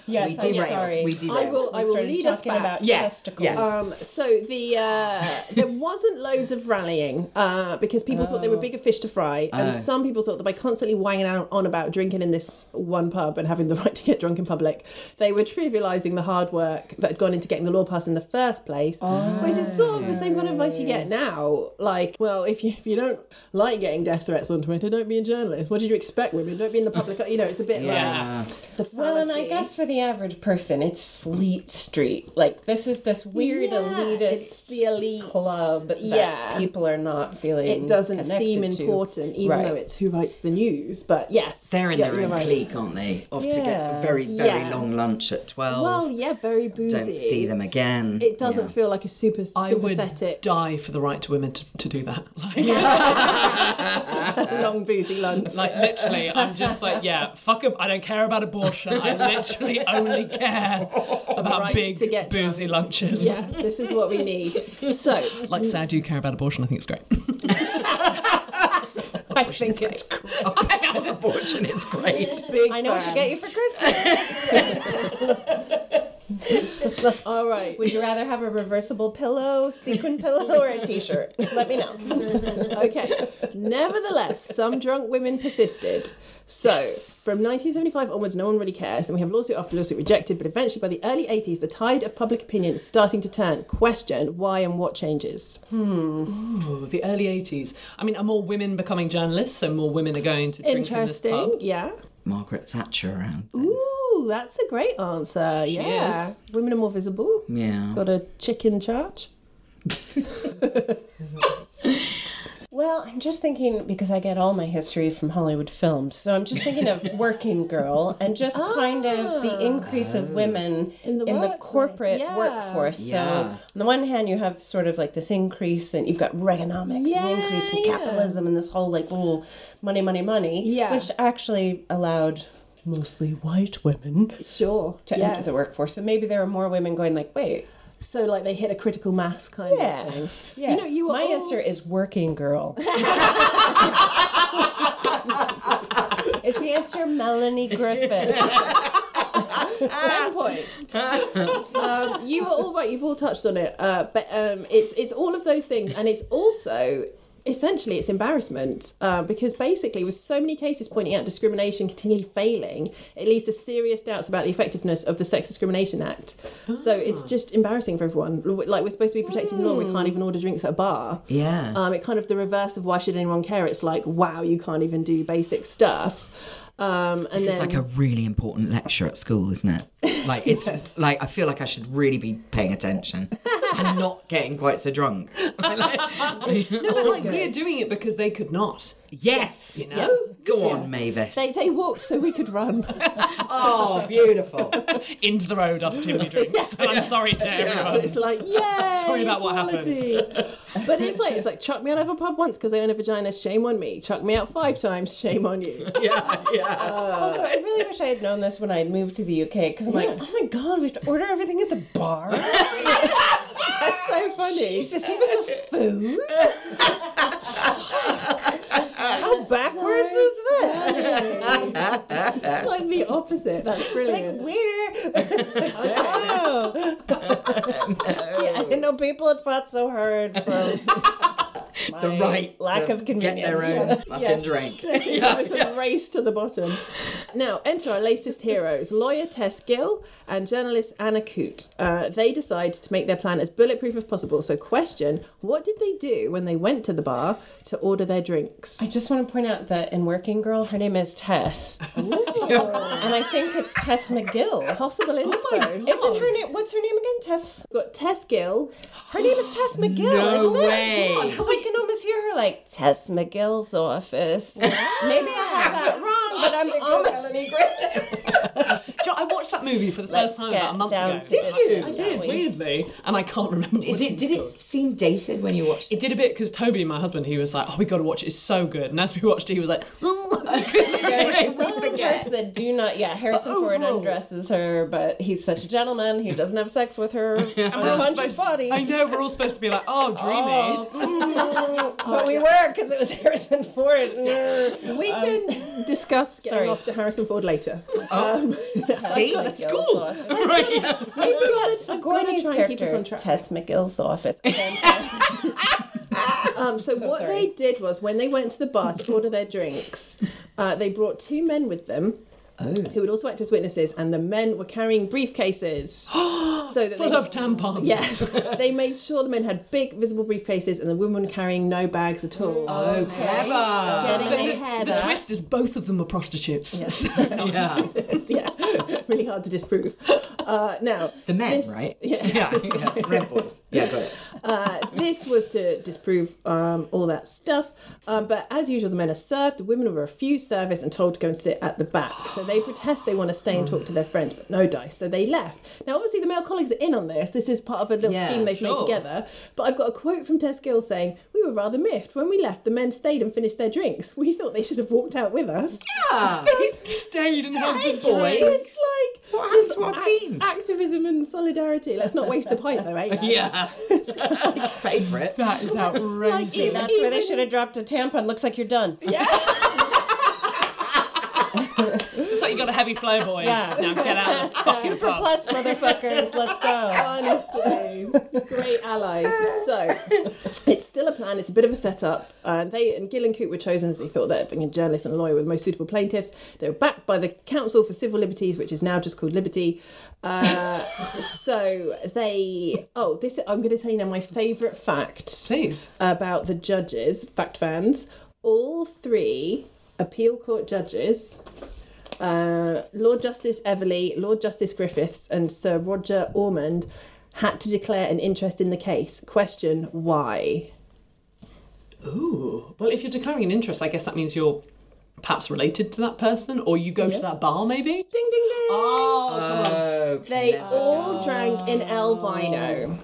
Speaker 9: Yes,
Speaker 6: we
Speaker 9: I'm
Speaker 6: derailed.
Speaker 9: sorry.
Speaker 6: We
Speaker 5: I
Speaker 6: derailed.
Speaker 5: will. I will
Speaker 9: Started
Speaker 5: lead us
Speaker 9: talking
Speaker 5: back.
Speaker 9: about
Speaker 6: yes,
Speaker 9: testicles.
Speaker 6: yes.
Speaker 5: Um, so the uh, there wasn't loads of rallying uh, because people thought there were bigger fish to fry, and some people thought that by constantly wanging out on about drinking in this one pub and having the right to get drunk in public, they were trivialising the hard work that had gone into getting the law passed in the first place, which is sort of the same kind of advice you get now. Like, well, if you if you don't like getting death threats on Twitter, don't be a journalist. What did you expect, women? Don't be in the public. You know, it's a bit
Speaker 2: Yeah.
Speaker 5: like the
Speaker 9: Well, and I
Speaker 5: fallacy.
Speaker 9: guess for the average person, it's Fleet Street. Like this is this weird
Speaker 5: Yeah,
Speaker 9: elitist
Speaker 5: it's the elite.
Speaker 9: club that
Speaker 5: Yeah.
Speaker 9: people are not feeling.
Speaker 5: it doesn't seem
Speaker 9: connected to.
Speaker 5: important, even
Speaker 9: Right.
Speaker 5: though it's who writes the news. But yes,
Speaker 6: They're in
Speaker 5: yeah,
Speaker 6: their
Speaker 5: you're
Speaker 6: own
Speaker 5: right.
Speaker 6: clique, aren't they? Off to get
Speaker 9: Yeah.
Speaker 6: a very, very
Speaker 5: Yeah.
Speaker 6: long lunch at 12.
Speaker 5: Well, yeah, very boozy.
Speaker 6: Don't see them again.
Speaker 5: It doesn't feel like a super
Speaker 2: I would
Speaker 5: sympathetic
Speaker 2: die for the right to women to, to do that. Like,
Speaker 5: long boozy lunch.
Speaker 2: like literally, I'm just like, yeah, fuck up. I don't care about abortion. I literally only care about
Speaker 5: Right
Speaker 2: big
Speaker 5: to get
Speaker 2: boozy lunches.
Speaker 5: yeah, this is what we need. So
Speaker 2: Like, say I do care about abortion. I think it's great.
Speaker 9: I think it's great.
Speaker 6: Abortion is great.
Speaker 5: big.
Speaker 9: I know what to
Speaker 5: fan.
Speaker 9: get you for Christmas.
Speaker 11: All right. Would you rather have a reversible pillow, sequin pillow, or a t-shirt? Let me know.
Speaker 5: okay. Nevertheless, some drunk women persisted. So, from 1975 onwards, no one really cares, and we have lawsuit after lawsuit rejected. But eventually, by the early 80s, the tide of public opinion is starting to turn. Question why and what changes?
Speaker 2: Hmm. Ooh, the early 80s. I mean, are more women becoming journalists, so more women are going to drink in this
Speaker 5: Interesting.
Speaker 2: pub?
Speaker 5: Yeah.
Speaker 6: Margaret Thatcher around.
Speaker 5: Ooh, that's a great answer.
Speaker 6: She
Speaker 5: yeah.
Speaker 6: is.
Speaker 5: Women are more visible.
Speaker 6: Yeah.
Speaker 5: Got a chicken charge.
Speaker 11: Well,
Speaker 9: I'm just thinking because I get all my history from Hollywood films. So I'm just thinking of Working Girl and just kind of the increase of women in the, corporate
Speaker 5: yeah.
Speaker 9: workforce. So
Speaker 11: Yeah.
Speaker 9: on the one hand, you have sort of like this increase, and you've got Reaganomics and the increase
Speaker 11: Yeah,
Speaker 9: in
Speaker 11: yeah.
Speaker 9: capitalism and this whole like, oh, money, money, money,
Speaker 11: Yeah.
Speaker 9: which actually allowed mostly white women
Speaker 5: sure
Speaker 9: to
Speaker 5: yeah.
Speaker 9: enter the workforce. So maybe there are more women going like, wait,
Speaker 5: So, like, they hit a critical mass kind
Speaker 9: Yeah.
Speaker 5: of thing.
Speaker 9: yeah.
Speaker 5: You know, you are
Speaker 9: my
Speaker 5: all-
Speaker 9: answer is Working Girl. Is the answer Melanie Griffith?
Speaker 5: Ten points. um, you were all right. You've all touched on it, uh, but um, it's it's all of those things, and it's also essentially it's embarrassment uh, because basically with so many cases pointing out discrimination continually failing it leads to serious doubts about the effectiveness of the sex discrimination act so
Speaker 6: Ah.
Speaker 5: it's just embarrassing for everyone like we're supposed to be protected in law we can't even order drinks at a bar
Speaker 6: Yeah.
Speaker 5: um, it kind of the reverse of why should anyone care it's like wow you can't even do basic stuff um, and
Speaker 6: This
Speaker 5: then
Speaker 6: is like a really important lecture at school, isn't it? Like it's like I feel like I should really be paying attention and not getting quite so drunk.
Speaker 2: no, but like, we're doing it because they could not.
Speaker 6: Yes.
Speaker 2: You know?
Speaker 6: Go on, Mavis.
Speaker 5: They, they walked so we could run.
Speaker 6: Oh, beautiful.
Speaker 2: Into the road after too many drinks. I'm sorry to everyone.
Speaker 5: It's like, yeah.
Speaker 2: Sorry about what happened.
Speaker 5: But it's like it's like chuck me out of a pub once because I own a vagina. Shame on me. Chuck me out five times. Shame on you.
Speaker 6: yeah, yeah.
Speaker 9: also, I really wish I had known this when I moved to the UK because I'm like, oh my god, we have to order everything at the bar.
Speaker 5: That's so funny.
Speaker 9: Jesus, even the food. How backwards is this?
Speaker 5: like the opposite. That's brilliant.
Speaker 9: Like waiter. oh. Yeah, I didn't know people had fought so hard for
Speaker 6: the
Speaker 9: my
Speaker 6: right
Speaker 9: lack
Speaker 6: to
Speaker 9: of convenience.
Speaker 6: Get their own fucking drink.
Speaker 5: That's it, that was a race to the bottom. Now, enter our latest heroes, lawyer Tess Gill and journalist Anna Coote. Uh, they decide to make their plan as bulletproof as possible. So, question what did they do when they went to the bar to order their drinks?
Speaker 9: I just want to point out that in Working Girl, her name is Tess, and I think it's Tess McGill.
Speaker 5: Possible inspo.
Speaker 9: Isn't her name? What's her name again? Tess.
Speaker 5: We've got Tess Gill.
Speaker 9: Her name is Tess McGill.
Speaker 6: No
Speaker 9: isn't it?
Speaker 6: way.
Speaker 9: God, How I can almost hear her like Tess McGill's office. Maybe I have that wrong, but I'm almost.
Speaker 2: Do you know, I watched that movie for the
Speaker 9: Let's
Speaker 2: first time
Speaker 9: get
Speaker 2: about a month
Speaker 9: down
Speaker 2: ago.
Speaker 9: to
Speaker 2: you?
Speaker 9: Did
Speaker 2: I
Speaker 9: business,
Speaker 2: did,
Speaker 9: shall we?
Speaker 2: weirdly. And I can't remember.
Speaker 6: Is it? Did it seem dated when you watched it?
Speaker 2: It did a bit because Toby, my husband, he was like, "Oh, we got to watch it. It's so good." And as we watched it, he was like,
Speaker 9: There's some parts that do not. Yeah, Harrison Ford undresses her, but he's such a gentleman. He doesn't have sex with her unconscious body.
Speaker 2: "I know we're all supposed to be like, oh, dreamy."
Speaker 9: Oh, mm, but we were because it was Harrison Ford. Mm.
Speaker 5: We can discuss getting
Speaker 9: sorry.
Speaker 5: off to Harrison Ford later.
Speaker 6: See?
Speaker 9: School.
Speaker 5: Maybe that's
Speaker 9: Sigourney's character, Tess McGill's office. And
Speaker 5: Um, so, what they did was when they went to the bar to order their drinks, uh, they brought two men with them. Who would also act as witnesses, and the men were carrying briefcases. so that
Speaker 2: Full
Speaker 5: they,
Speaker 2: of tampons.
Speaker 5: yeah, they made sure the men had big, visible briefcases, and the women were carrying no bags at all.
Speaker 6: Clever.
Speaker 5: Getting
Speaker 2: The,
Speaker 5: their hair
Speaker 2: the- the
Speaker 5: back.
Speaker 2: twist is both of them are prostitutes. Yes.
Speaker 6: Yeah.
Speaker 5: yeah, really hard to disprove. Uh, now,
Speaker 6: The men,
Speaker 5: this-
Speaker 6: right?
Speaker 5: Yeah.
Speaker 6: Yeah. yeah. Red boys. Yeah, got it.
Speaker 5: Uh, this was to disprove um, all that stuff. Um, but as usual, the men are served, the women were refused service and told to go and sit at the back. So they protest they want to stay and talk to their friends, but no dice. So they left. Now, obviously, the male colleagues are in on this. This is part of a little
Speaker 6: Yeah,
Speaker 5: scheme they've made
Speaker 2: sure.
Speaker 5: together. But I've got a quote from Tess Gill saying, We were rather miffed. When we left, the men stayed and finished their drinks. We thought they should have walked out with us.
Speaker 6: Ah,
Speaker 2: Stayed and had the boys.
Speaker 5: It's like
Speaker 6: What happened
Speaker 5: just
Speaker 6: to our
Speaker 5: ac-
Speaker 6: team?
Speaker 5: Activism and solidarity. Let's not waste a pint though, eh? lads?
Speaker 2: Yeah.
Speaker 6: paid for it.
Speaker 2: That is outrageous.
Speaker 5: even-
Speaker 9: that's where they should have dropped a tampon. Looks like you're done.
Speaker 2: It's like
Speaker 8: you got a heavy flow, boys.
Speaker 9: Yeah.
Speaker 8: Now get out of the fucking
Speaker 9: Super
Speaker 8: pub.
Speaker 9: plus, motherfuckers. Let's go.
Speaker 5: Honestly, great allies. So it's still a plan. It's a bit of a setup. Um, they and Gill and Coote were chosen as they thought that being a journalist and a lawyer were the most suitable plaintiffs. They were backed by the Council for Civil Liberties, which is now just called Liberty. Uh, so they. Oh, this I'm going to tell you now my favourite fact.
Speaker 8: Please.
Speaker 5: About the judges, fact fans. All three appeal court judges uh, Lord Justice Everley, Lord Justice Griffiths, and Sir Roger Ormond had to declare an interest in the case. Question why?
Speaker 8: Ooh. Well, if you're declaring an interest, I guess that means you're perhaps related to that person, or you go to that bar maybe. Ding
Speaker 5: ding ding.
Speaker 8: Oh, come on.
Speaker 5: They all drank in El Vino.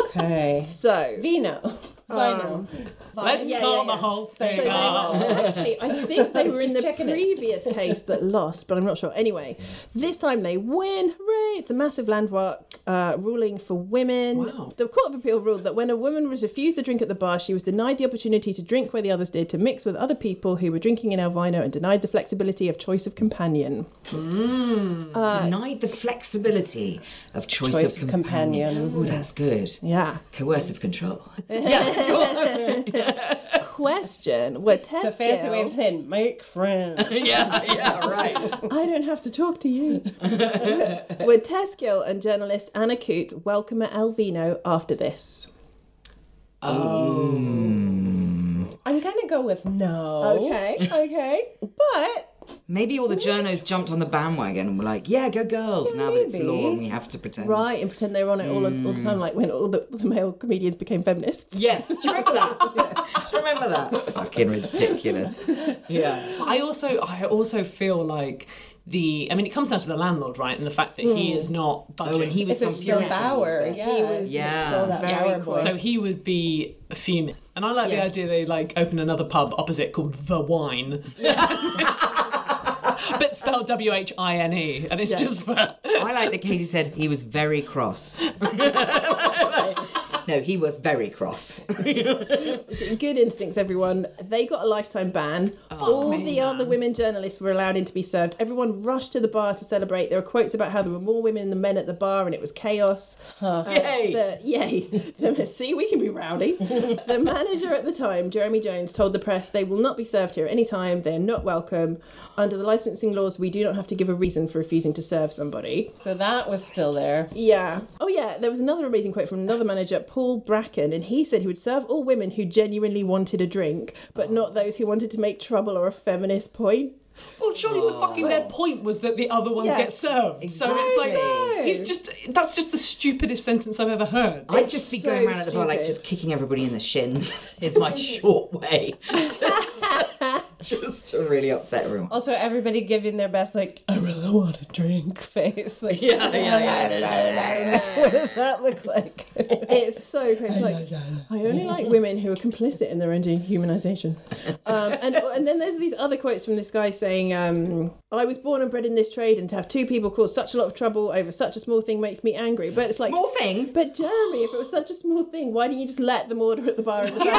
Speaker 9: Okay. Um,
Speaker 5: So
Speaker 9: Vino.
Speaker 5: Vino.
Speaker 8: Let's
Speaker 5: Yeah,
Speaker 8: call
Speaker 5: yeah, yeah.
Speaker 8: the whole
Speaker 5: So
Speaker 8: thing Oh.
Speaker 5: they were-
Speaker 8: up.
Speaker 5: actually, I think
Speaker 9: I
Speaker 5: they
Speaker 9: was
Speaker 5: were in
Speaker 9: just
Speaker 5: the
Speaker 9: checking it.
Speaker 5: previous case that lost, but I'm not sure. Anyway, this time they win. Hooray! It's a massive landmark uh, ruling for women.
Speaker 8: Wow.
Speaker 5: The Court of Appeal ruled that when a woman was refused a drink at the bar, she was denied the opportunity to drink where the others did, to mix with other people who were drinking in Elvino, and denied the flexibility of choice of companion.
Speaker 6: Denied the flexibility of Uh, choice,
Speaker 9: Choice
Speaker 6: of
Speaker 9: of
Speaker 6: companion.
Speaker 9: companion.
Speaker 6: Oh, that's good.
Speaker 5: Yeah.
Speaker 6: Coercive control.
Speaker 5: Question: Were
Speaker 9: It's a
Speaker 5: Tess
Speaker 9: fancy
Speaker 5: Gill-
Speaker 9: way of saying make friends.
Speaker 6: yeah, yeah, right.
Speaker 5: I don't have to talk to you. Were Tess Gill and journalist Anna Coote welcome at Elvino after this?
Speaker 9: I'm gonna go with no.
Speaker 5: Okay, okay.
Speaker 9: But
Speaker 6: Maybe all the journos jumped on the bandwagon and were like, yeah, go girls, now that it's law and we have to pretend.
Speaker 5: Right, and pretend they were on it all, all the time, like when all the, the male comedians became feminists.
Speaker 6: Mm. Yes. Do you remember that? Yeah. Do you remember that? Fucking ridiculous. Yeah.
Speaker 8: I also I also feel like the I mean it comes down to the landlord, right? And the fact that he is not budging.
Speaker 6: Oh, and he was
Speaker 9: it's
Speaker 6: some
Speaker 9: still
Speaker 6: Puritan
Speaker 9: Bauer.
Speaker 6: stuff.
Speaker 9: Yeah.
Speaker 5: He was
Speaker 6: Yeah.
Speaker 9: still that
Speaker 5: very
Speaker 9: Bauer
Speaker 5: cool.
Speaker 9: boy.
Speaker 8: So he would be fuming. And I like the
Speaker 5: Yeah.
Speaker 8: idea they like open another pub opposite called The Wine. but spelled W H I N E. And it's just for
Speaker 6: I like that Katie said he was very cross. no, he was very cross.
Speaker 5: So Good instincts, everyone. They got a lifetime ban. all the other women journalists were allowed in to be served. Everyone rushed to the bar to celebrate. There were quotes about how there were more women than men at the bar, and it was chaos. Uh,
Speaker 6: Yay!
Speaker 5: The, yay. See, we can be rowdy. the manager at the time, Jeremy Jones, told the press they will not be served here at any time. They are not welcome. Under the licensing laws, we do not have to give a reason for refusing to serve somebody.
Speaker 9: So that was still there.
Speaker 5: Yeah. Oh, yeah. There was another amazing quote from another manager, Paul Bracken, and he said he would serve all women who genuinely wanted a drink, but not those who wanted to make trouble or a feminist point.
Speaker 8: Well surely Oh, the fucking their point was that the other ones
Speaker 5: Yeah.
Speaker 8: get served. So it's like he's just that's just the stupidest sentence I've ever heard.
Speaker 6: I'd just be
Speaker 5: so
Speaker 6: going around at the bar like
Speaker 5: stupid.
Speaker 6: just kicking everybody in the shins in my short way, just, just to really upset everyone.
Speaker 9: Also, everybody giving their best, like, I really want a drink face. Like,
Speaker 6: Yeah, yeah, yeah,
Speaker 9: what does that look like?
Speaker 5: It's so crazy. Like, I only like women who are complicit in their own dehumanization. Um, and, and then there's these other quotes from this guy saying, um, I was born and bred in this trade, and to have two people cause such a lot of trouble over such a small thing makes me angry. But it's like.
Speaker 6: Small thing.
Speaker 5: But Jeremy, if it was such a small thing, why didn't you just let them order at the bar? in the first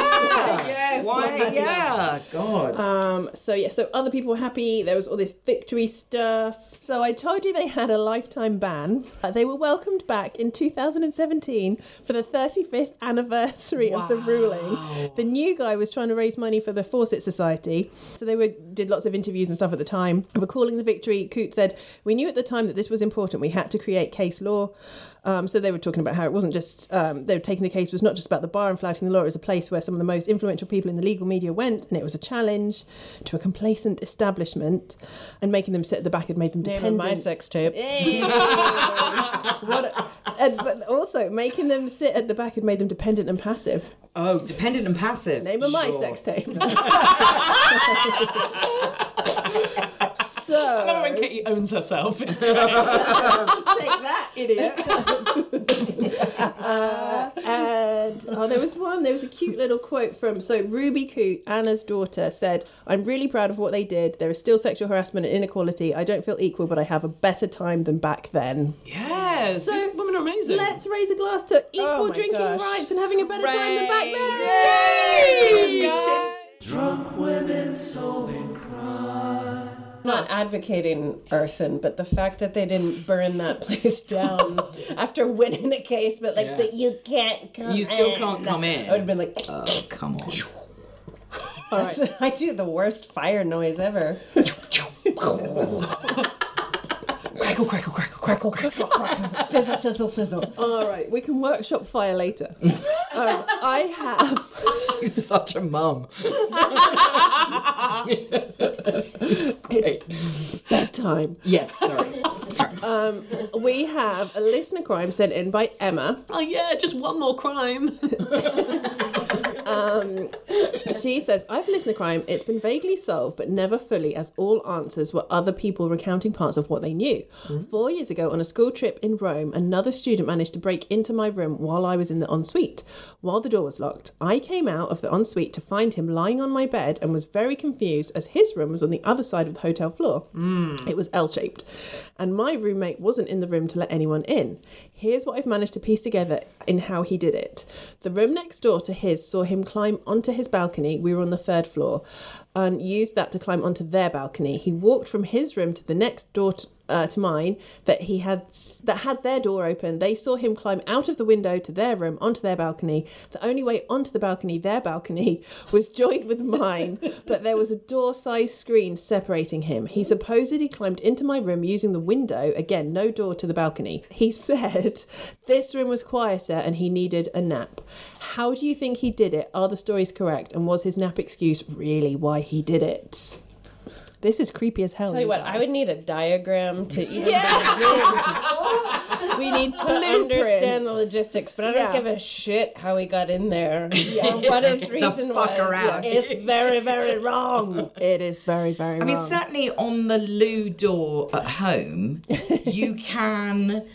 Speaker 5: place?
Speaker 6: Why? Yeah, God.
Speaker 5: Um, so yeah, so other people were happy. There was all this victory stuff. So I told you they had a lifetime ban. Uh, they were welcomed back in 2017 for the 35th anniversary of the ruling. The new guy was trying to raise money for the Fawcett Society, so they were did lots of interviews and stuff at the time. Recalling the victory, Coote said, "We knew at the time that this was important. We had to create case law." Um, so they were talking about how it wasn't just um, they were taking the case was not just about the bar and flouting the law. It was a place where some of the most influential people in the legal media went, and it was a challenge to a complacent establishment, and making them sit at the back had made them
Speaker 9: Name of
Speaker 5: dependent.
Speaker 9: my sex tape.
Speaker 5: What a- and, but also making them sit at the back had made them dependent and passive.
Speaker 6: Oh, dependent and passive.
Speaker 5: Name of my
Speaker 6: Sure.
Speaker 5: sex tape. so
Speaker 8: when Kitty owns herself. It's
Speaker 5: take that, idiot. and oh, there was one. There was a cute little quote from so Ruby Coote, Anna's daughter, said, "I'm really proud of what they did. There is still sexual harassment and inequality. I don't feel equal, but I have a better time than back then."
Speaker 8: yes.
Speaker 5: So,
Speaker 8: these women are amazing.
Speaker 5: Let's raise a glass to equal
Speaker 9: my
Speaker 5: drinking
Speaker 9: gosh.
Speaker 5: rights and having a better time than back then.
Speaker 9: Hooray!
Speaker 8: Yay!
Speaker 4: Drunk women solving crime.
Speaker 9: not advocating arson, but the fact that they didn't burn that place down after winning a case, but like
Speaker 6: Yeah.
Speaker 9: that you can't come Uh,
Speaker 6: You still can't come in.
Speaker 9: I would have been like,
Speaker 6: oh come on.
Speaker 9: All right. I do the worst fire noise ever.
Speaker 6: crackle, crackle, crackle, crackle, crackle, crackle.
Speaker 9: Sizzle, sizzle, sizzle.
Speaker 5: All right, we can workshop fire later. um, I have.
Speaker 6: She's such a mum.
Speaker 5: it's bedtime.
Speaker 6: Yes, sorry. sorry.
Speaker 5: Um, we have a listener crime sent in by Emma.
Speaker 8: Oh yeah, just one more crime.
Speaker 5: Um, she says, I've listened to crime. It's been vaguely solved, but never fully, as all answers were other people recounting parts of what they knew. Four years ago, on a school trip in Rome, another student managed to break into my room while I was in the ensuite. While the door was locked, I came out of the ensuite to find him lying on my bed and was very confused as his room was on the other side of the hotel floor. It was L shaped. And my roommate wasn't in the room to let anyone in. Here's what I've managed to piece together in how he did it. The room next door to his saw him climb onto his balcony. We were on the third floor and used that to climb onto their balcony. He walked from his room to the next door to, uh, to mine that he had that had their door open. They saw him climb out of the window to their room onto their balcony. The only way onto the balcony, their balcony, was joined with mine, but there was a door-sized screen separating him. He supposedly climbed into my room using the window. Again, no door to the balcony. He said this room was quieter and he needed a nap. How do you think he did it? Are the stories correct? And was his nap excuse really why he did it? This is creepy as hell.
Speaker 9: Tell you what, I would need a diagram to even begin. We need to
Speaker 5: Blueprints.
Speaker 9: understand the logistics, but I
Speaker 5: Yeah.
Speaker 9: don't give a shit how he got in there or what his
Speaker 6: The
Speaker 9: reason
Speaker 6: fuck
Speaker 9: was.
Speaker 6: around.
Speaker 9: It's very, very wrong.
Speaker 5: It is very, very
Speaker 6: I mean,
Speaker 5: wrong.
Speaker 6: certainly on the loo door at home, you can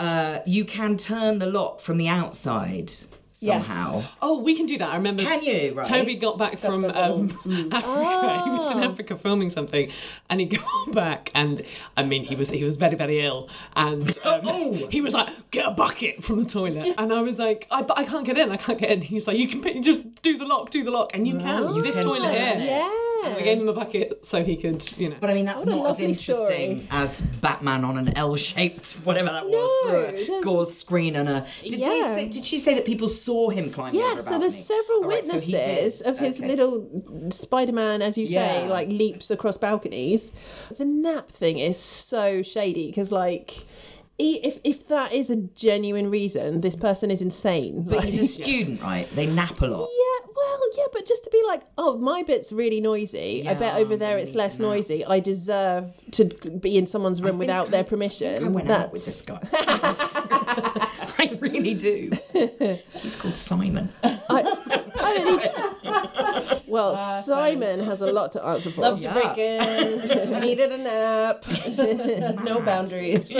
Speaker 6: uh, you can turn the lock from the outside somehow.
Speaker 8: Oh, we can do that. I remember.
Speaker 6: Can you, right?
Speaker 8: Toby got back from um, Africa. He was in Africa filming something, and he got back, and I mean, he was he was very very ill, and um, he was like, "Get a bucket from the toilet," and I was like, I, "But I can't get in. I can't get in." He's like, "You can pick- just do the lock, do the lock, and you can.
Speaker 6: Right.
Speaker 8: this
Speaker 6: You can
Speaker 8: toilet
Speaker 6: do
Speaker 8: here."
Speaker 6: it.
Speaker 8: And we gave him a bucket so he could, you know.
Speaker 6: But I mean, that's
Speaker 8: What a
Speaker 6: not as
Speaker 8: lovely
Speaker 6: interesting
Speaker 8: story.
Speaker 6: as Batman on an L-shaped, whatever that was, through a
Speaker 5: there's-
Speaker 6: gauze screen and a. Did they
Speaker 5: Yeah.
Speaker 6: say, Did she say that people saw him climb?
Speaker 5: Yeah,
Speaker 6: over a
Speaker 5: so there's
Speaker 6: balcony?
Speaker 5: several
Speaker 6: All right, so he did.
Speaker 5: witnesses of his
Speaker 6: Okay.
Speaker 5: little Spider-Man, as you say,
Speaker 6: Yeah.
Speaker 5: like leaps across balconies. The nap thing is so shady because, like, e- if if that is a genuine reason, this person is insane.
Speaker 6: But he's a
Speaker 5: Like-
Speaker 6: student, right? They nap a lot.
Speaker 5: Yeah, well, yeah, but just to be like, oh, my bit's really noisy. I bet over there it's less noisy. I deserve to be in someone's room without their permission.
Speaker 6: I went
Speaker 5: That's
Speaker 6: out with this guy. I really do. He's called Simon.
Speaker 5: I don't need-
Speaker 6: Uh,
Speaker 5: well, Simon has a lot to answer for.
Speaker 9: Love to break in. Needed a nap. no boundaries.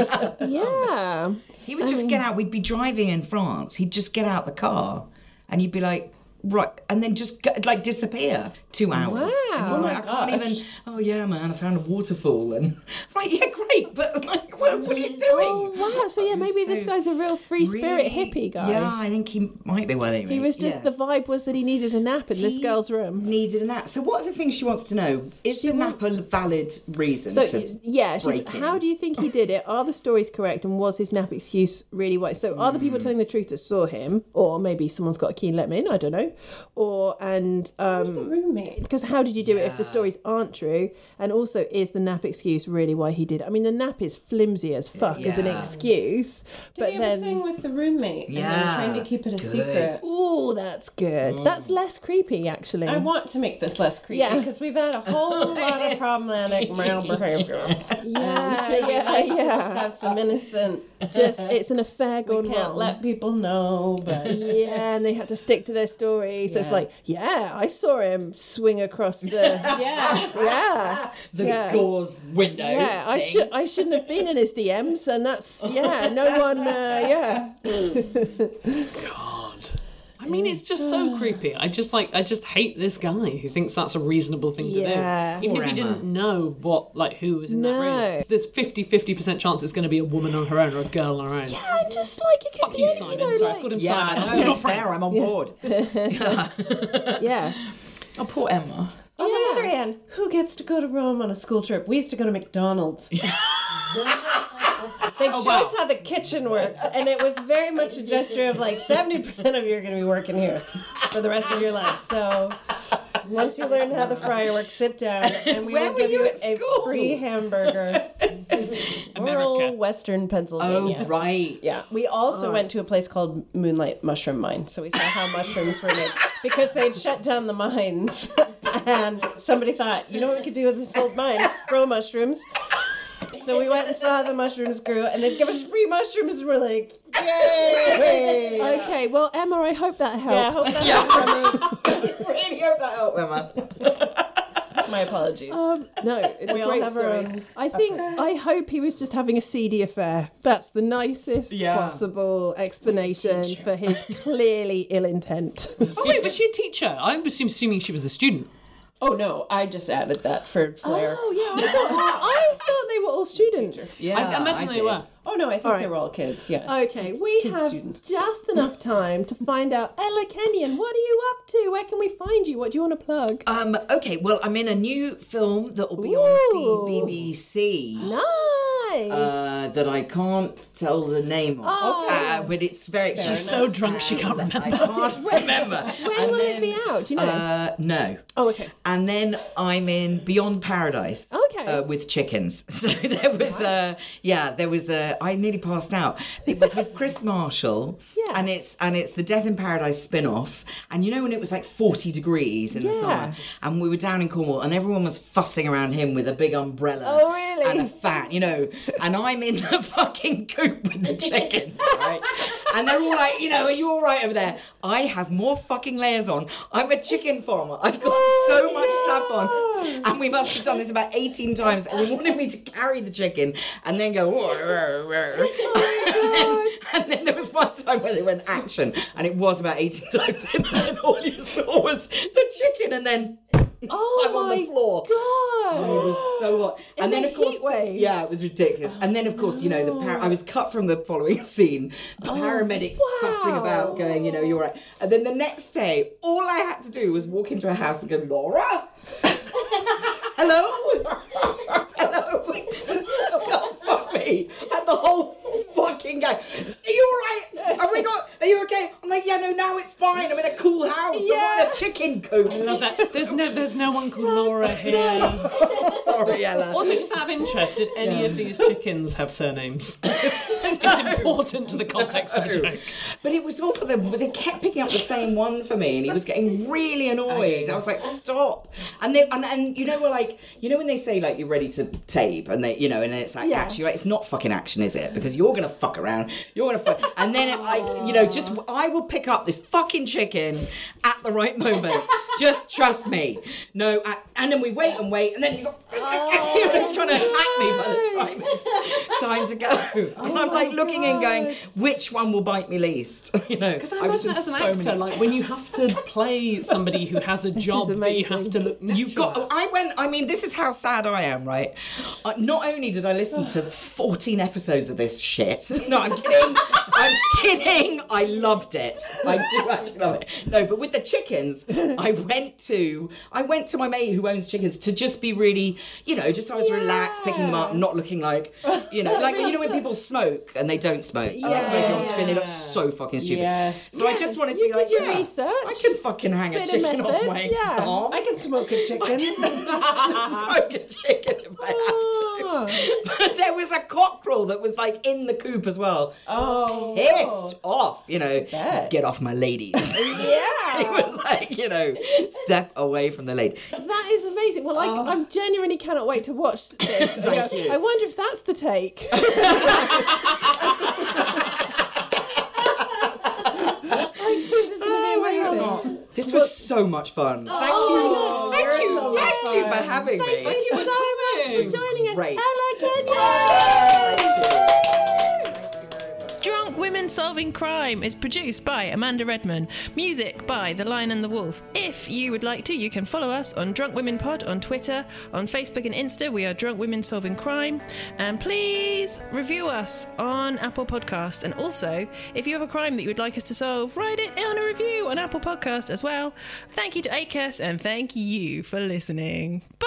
Speaker 5: Yeah.
Speaker 6: He would just get out. We'd be driving in France. He'd just get out the car, and you'd be like, right, and then just go, like disappear two hours. And
Speaker 5: Wow.
Speaker 6: you're
Speaker 5: Oh
Speaker 6: like,
Speaker 5: my
Speaker 6: I can't even. Oh yeah, man, I found a waterfall, and it's like, yeah, great, but like, what, what are you doing?
Speaker 5: Oh wow! So yeah, maybe this
Speaker 6: so
Speaker 5: guy's a real free spirit hippie guy.
Speaker 6: Yeah, I think he might be. Well, anyway,
Speaker 5: He was just the vibe was that he needed a nap in this
Speaker 6: He
Speaker 5: girl's room.
Speaker 6: needed a nap. So what are the things she wants to know? Is the nap a valid reason?
Speaker 5: So
Speaker 6: to
Speaker 5: yeah, she's,
Speaker 6: break in?
Speaker 5: how do you think he did it? Are the stories correct, and was his nap excuse really why? So are the
Speaker 6: Mm.
Speaker 5: people telling the truth that saw him, or maybe someone's got a key and let him in? I don't know. Or and um,
Speaker 9: Roommate.
Speaker 5: because how did you do it if the stories aren't true? And also, is the nap excuse really why he did? it? I mean, the nap is flimsy as fuck as an
Speaker 6: Yeah.
Speaker 5: excuse,
Speaker 9: Did
Speaker 5: but
Speaker 9: you have a
Speaker 5: then
Speaker 9: thing with the roommate and
Speaker 6: Yeah.
Speaker 9: then trying to keep it a
Speaker 6: Good.
Speaker 9: secret?
Speaker 5: oh, that's good.
Speaker 6: Mm.
Speaker 5: That's less creepy actually.
Speaker 9: I want to make this less creepy
Speaker 5: Yeah.
Speaker 9: because we've had a whole lot of problematic male behavior.
Speaker 5: yeah,
Speaker 9: It'd be
Speaker 5: yeah,
Speaker 9: nice to um, just
Speaker 5: yeah.
Speaker 9: have some innocent.
Speaker 5: Just it's an affair gone
Speaker 9: Can't
Speaker 5: wrong.
Speaker 9: let people know, but
Speaker 5: yeah, and they had to stick to their story. So it's
Speaker 9: Yeah.
Speaker 5: like, yeah, I saw him swing across the
Speaker 9: yeah,
Speaker 5: yeah,
Speaker 6: the
Speaker 5: yeah.
Speaker 6: gauze window?
Speaker 5: yeah. I
Speaker 6: thing?
Speaker 5: should I shouldn't have been in his DMs, and that's yeah, no one, uh, yeah.
Speaker 8: God. I mean, it's just so creepy. I just like, I just hate this guy who thinks that's a reasonable thing
Speaker 5: Yeah.
Speaker 8: to do. Even
Speaker 6: Poor
Speaker 8: if he
Speaker 6: Emma.
Speaker 8: didn't know what, like, who was in that
Speaker 5: No.
Speaker 8: room. There's 50 50% chance it's going to be a woman on her own or a girl on her own.
Speaker 5: Yeah, and just like it could
Speaker 8: Fuck
Speaker 5: be,
Speaker 8: you,
Speaker 5: any- you
Speaker 8: Simon.
Speaker 5: know,
Speaker 8: Sorry, I
Speaker 5: like-
Speaker 8: called him
Speaker 6: Yeah,
Speaker 8: Simon.
Speaker 6: that's not fair. I'm on board.
Speaker 5: yeah,
Speaker 6: Oh, poor Emma.
Speaker 5: yeah.
Speaker 9: Yeah.
Speaker 1: the other hand, who gets to go to Rome on a school trip? We used to go to McDonald's. They
Speaker 9: Oh,
Speaker 1: showed
Speaker 9: wow.
Speaker 1: us how the kitchen worked, and it was very much a gesture of like seventy percent of you are going to be working here for the rest of your life. So once you learn how the fryer works, sit down, and we will give you, a free hamburger. Rural Western Pennsylvania.
Speaker 6: Oh, right.
Speaker 1: Yeah. We also
Speaker 9: Oh.
Speaker 1: went to a place called Moonlight Mushroom Mine, so we saw how mushrooms were made because they'd shut down the mines, and somebody thought, you know what we could do with this old mine? Grow mushrooms. So we went and saw how the mushrooms grew, and they'd give us free mushrooms, and we're like, yay!
Speaker 5: Okay, well, Emma, I hope that helped.
Speaker 1: Yeah, I hope that
Speaker 5: Yeah.
Speaker 1: helped. I mean,
Speaker 6: Emma.
Speaker 1: My apologies.
Speaker 5: Um, no, it's
Speaker 1: We
Speaker 5: a
Speaker 1: all
Speaker 5: great
Speaker 1: have our own-
Speaker 5: story. I think I hope he was just having a seedy affair. That's the nicest
Speaker 8: Yeah.
Speaker 5: possible explanation for his clearly ill intent.
Speaker 8: Oh wait, was she a teacher? I'm assum- assuming she was a student.
Speaker 1: Oh no, I just added that for flair.
Speaker 5: Oh yeah, I thought, I thought they were all students.
Speaker 1: Yeah, I imagine I they did. were. Oh no, I think
Speaker 5: All
Speaker 1: they were all kids. Yeah.
Speaker 5: Okay, we
Speaker 1: kids
Speaker 5: have
Speaker 1: students.
Speaker 5: just enough time to find out. Ella Kenyon, what are you up to? Where can we find you? What do you want to plug?
Speaker 6: Um, okay, well, I'm in a new film that will be on CBBC.
Speaker 5: Nice.
Speaker 6: Uh, that I can't tell the name of,
Speaker 5: Oh.
Speaker 6: uh, but it's very.
Speaker 5: Fair
Speaker 6: She's
Speaker 5: enough.
Speaker 6: so drunk she can't remember. I can't remember.
Speaker 5: when will it be out? Do you know?
Speaker 6: Uh, no.
Speaker 5: oh, okay.
Speaker 6: And then I'm in Beyond Paradise.
Speaker 5: Okay.
Speaker 6: Uh, with chickens. So there was a yeah, there was a I nearly passed out. It was with Chris Marshall. Yeah. And it's and it's the Death in Paradise spin-off. And you know when it was like 40 degrees in the
Speaker 5: Yeah.
Speaker 6: summer and we were down in Cornwall and everyone was fussing around him with a big umbrella.
Speaker 5: Oh, really?
Speaker 6: And a fan, you know. And I'm in the fucking coop with the chickens, right? and they're all like, you know, are you all right over there? I have more fucking layers on. I'm a chicken farmer. I've got
Speaker 5: Oh,
Speaker 6: so much stuff on. And we must have done this about 18 times. And they wanted me to carry the chicken and then go, "Whoa, whoa, whoa."
Speaker 5: Oh
Speaker 6: And then there was one time where they went action, and it was about 18 times, and then all you saw was the chicken, and then
Speaker 5: Oh
Speaker 6: I'm on the
Speaker 5: my
Speaker 6: floor.
Speaker 5: God.
Speaker 6: And it was so hot.
Speaker 5: In
Speaker 6: and then,
Speaker 5: the
Speaker 6: of course,
Speaker 5: heat wave.
Speaker 6: yeah, it was ridiculous. And then, of course, you know, the par- I was cut from the following scene.
Speaker 5: Oh,
Speaker 6: The paramedics fussing about, going, you know, you're right. And then the next day, all I had to do was walk into a house and go, Laura. Hello? Hello? God, fuck me. And the whole fucking gang. Are you alright? Have we got are you okay? I'm like, yeah, no, now it's fine. I'm in a cool house. I'm on
Speaker 8: Yeah.
Speaker 6: a chicken coop. I
Speaker 8: love that. There's no, there's no one called Laura here.
Speaker 6: Sorry, Ella.
Speaker 8: Also, just out of interest, did any
Speaker 6: Yeah.
Speaker 8: of these chickens have surnames? it's important to the context of the joke.
Speaker 6: But it was all for them. They kept picking up the same one for me, and he was getting really annoyed. I was like, "Stop!" And they and, and you know, we're like, you know, when they say like you're ready to tape, and they, you know, and then it's like,
Speaker 5: Yeah.
Speaker 6: actually, like, it's not fucking action, is it? Because you're gonna fuck around, you're gonna fuck, and then it, I, you know, just I will pick up this fucking chicken at the right moment. just trust me. No, I, and then we wait and wait, and then he's like, he's trying to attack me by the time it's time to go. and I'm like looking and going, which one will bite me least? You know,
Speaker 8: Because I imagine as an actor, like when you have to play somebody who has a job that you have to look.
Speaker 6: You've got. oh, I went. I mean, this is how sad I am, right? Uh, not only did I listen to 14 episodes of this shit. No, I'm kidding. I'm kidding. I loved it. I do actually love it. No, but with the chickens, I went to. I went to my mate who owns chickens to just be really, you know, just I was relaxed, picking them up, not looking like, you know, like you know when people smoke and they don't smoke. and they're smoking on screen, they look so fucking stupid.
Speaker 1: Yes.
Speaker 6: So I just wanted to
Speaker 5: You
Speaker 6: be
Speaker 5: did
Speaker 6: like,
Speaker 5: your
Speaker 6: yeah,
Speaker 5: research.
Speaker 6: I can fucking hang a
Speaker 5: Bit of
Speaker 6: chicken off
Speaker 5: methods,
Speaker 6: my
Speaker 5: yeah.
Speaker 6: arm.
Speaker 1: I can smoke a chicken.
Speaker 6: smoke a chicken if I have to. But there was a cockerel that was like in the coop as well.
Speaker 1: Oh,
Speaker 6: pissed off, you know. Get off my ladies.
Speaker 1: yeah.
Speaker 6: it was like, you know, step away from the lady.
Speaker 5: That is amazing. Well, I, I genuinely cannot wait to watch this.
Speaker 6: Uh. Thank you.
Speaker 5: I wonder if that's the take. this is
Speaker 6: Oh
Speaker 5: going to be amazing.
Speaker 6: This was so much fun. Thank
Speaker 5: Oh
Speaker 6: you.
Speaker 5: my God,
Speaker 6: Thank
Speaker 5: you're
Speaker 6: you.
Speaker 5: so
Speaker 6: Thank you for
Speaker 5: fun.
Speaker 6: having
Speaker 5: Thank
Speaker 6: me.
Speaker 5: you so much for joining us,
Speaker 6: Great.
Speaker 5: Ella Kenyon.
Speaker 6: Thank you.
Speaker 5: Drunk Women Solving Crime is produced by Amanda Redman. Music by The Lion and the Wolf. If you would like to, you can follow us on Drunk Women Pod on Twitter, on Facebook and Insta. We are Drunk Women Solving Crime. And please review us on Apple Podcast. And also, if you have a crime that you would like us to solve, write it on a review on Apple Podcast as well. Thank you to ACAS and thank you for listening. Bye!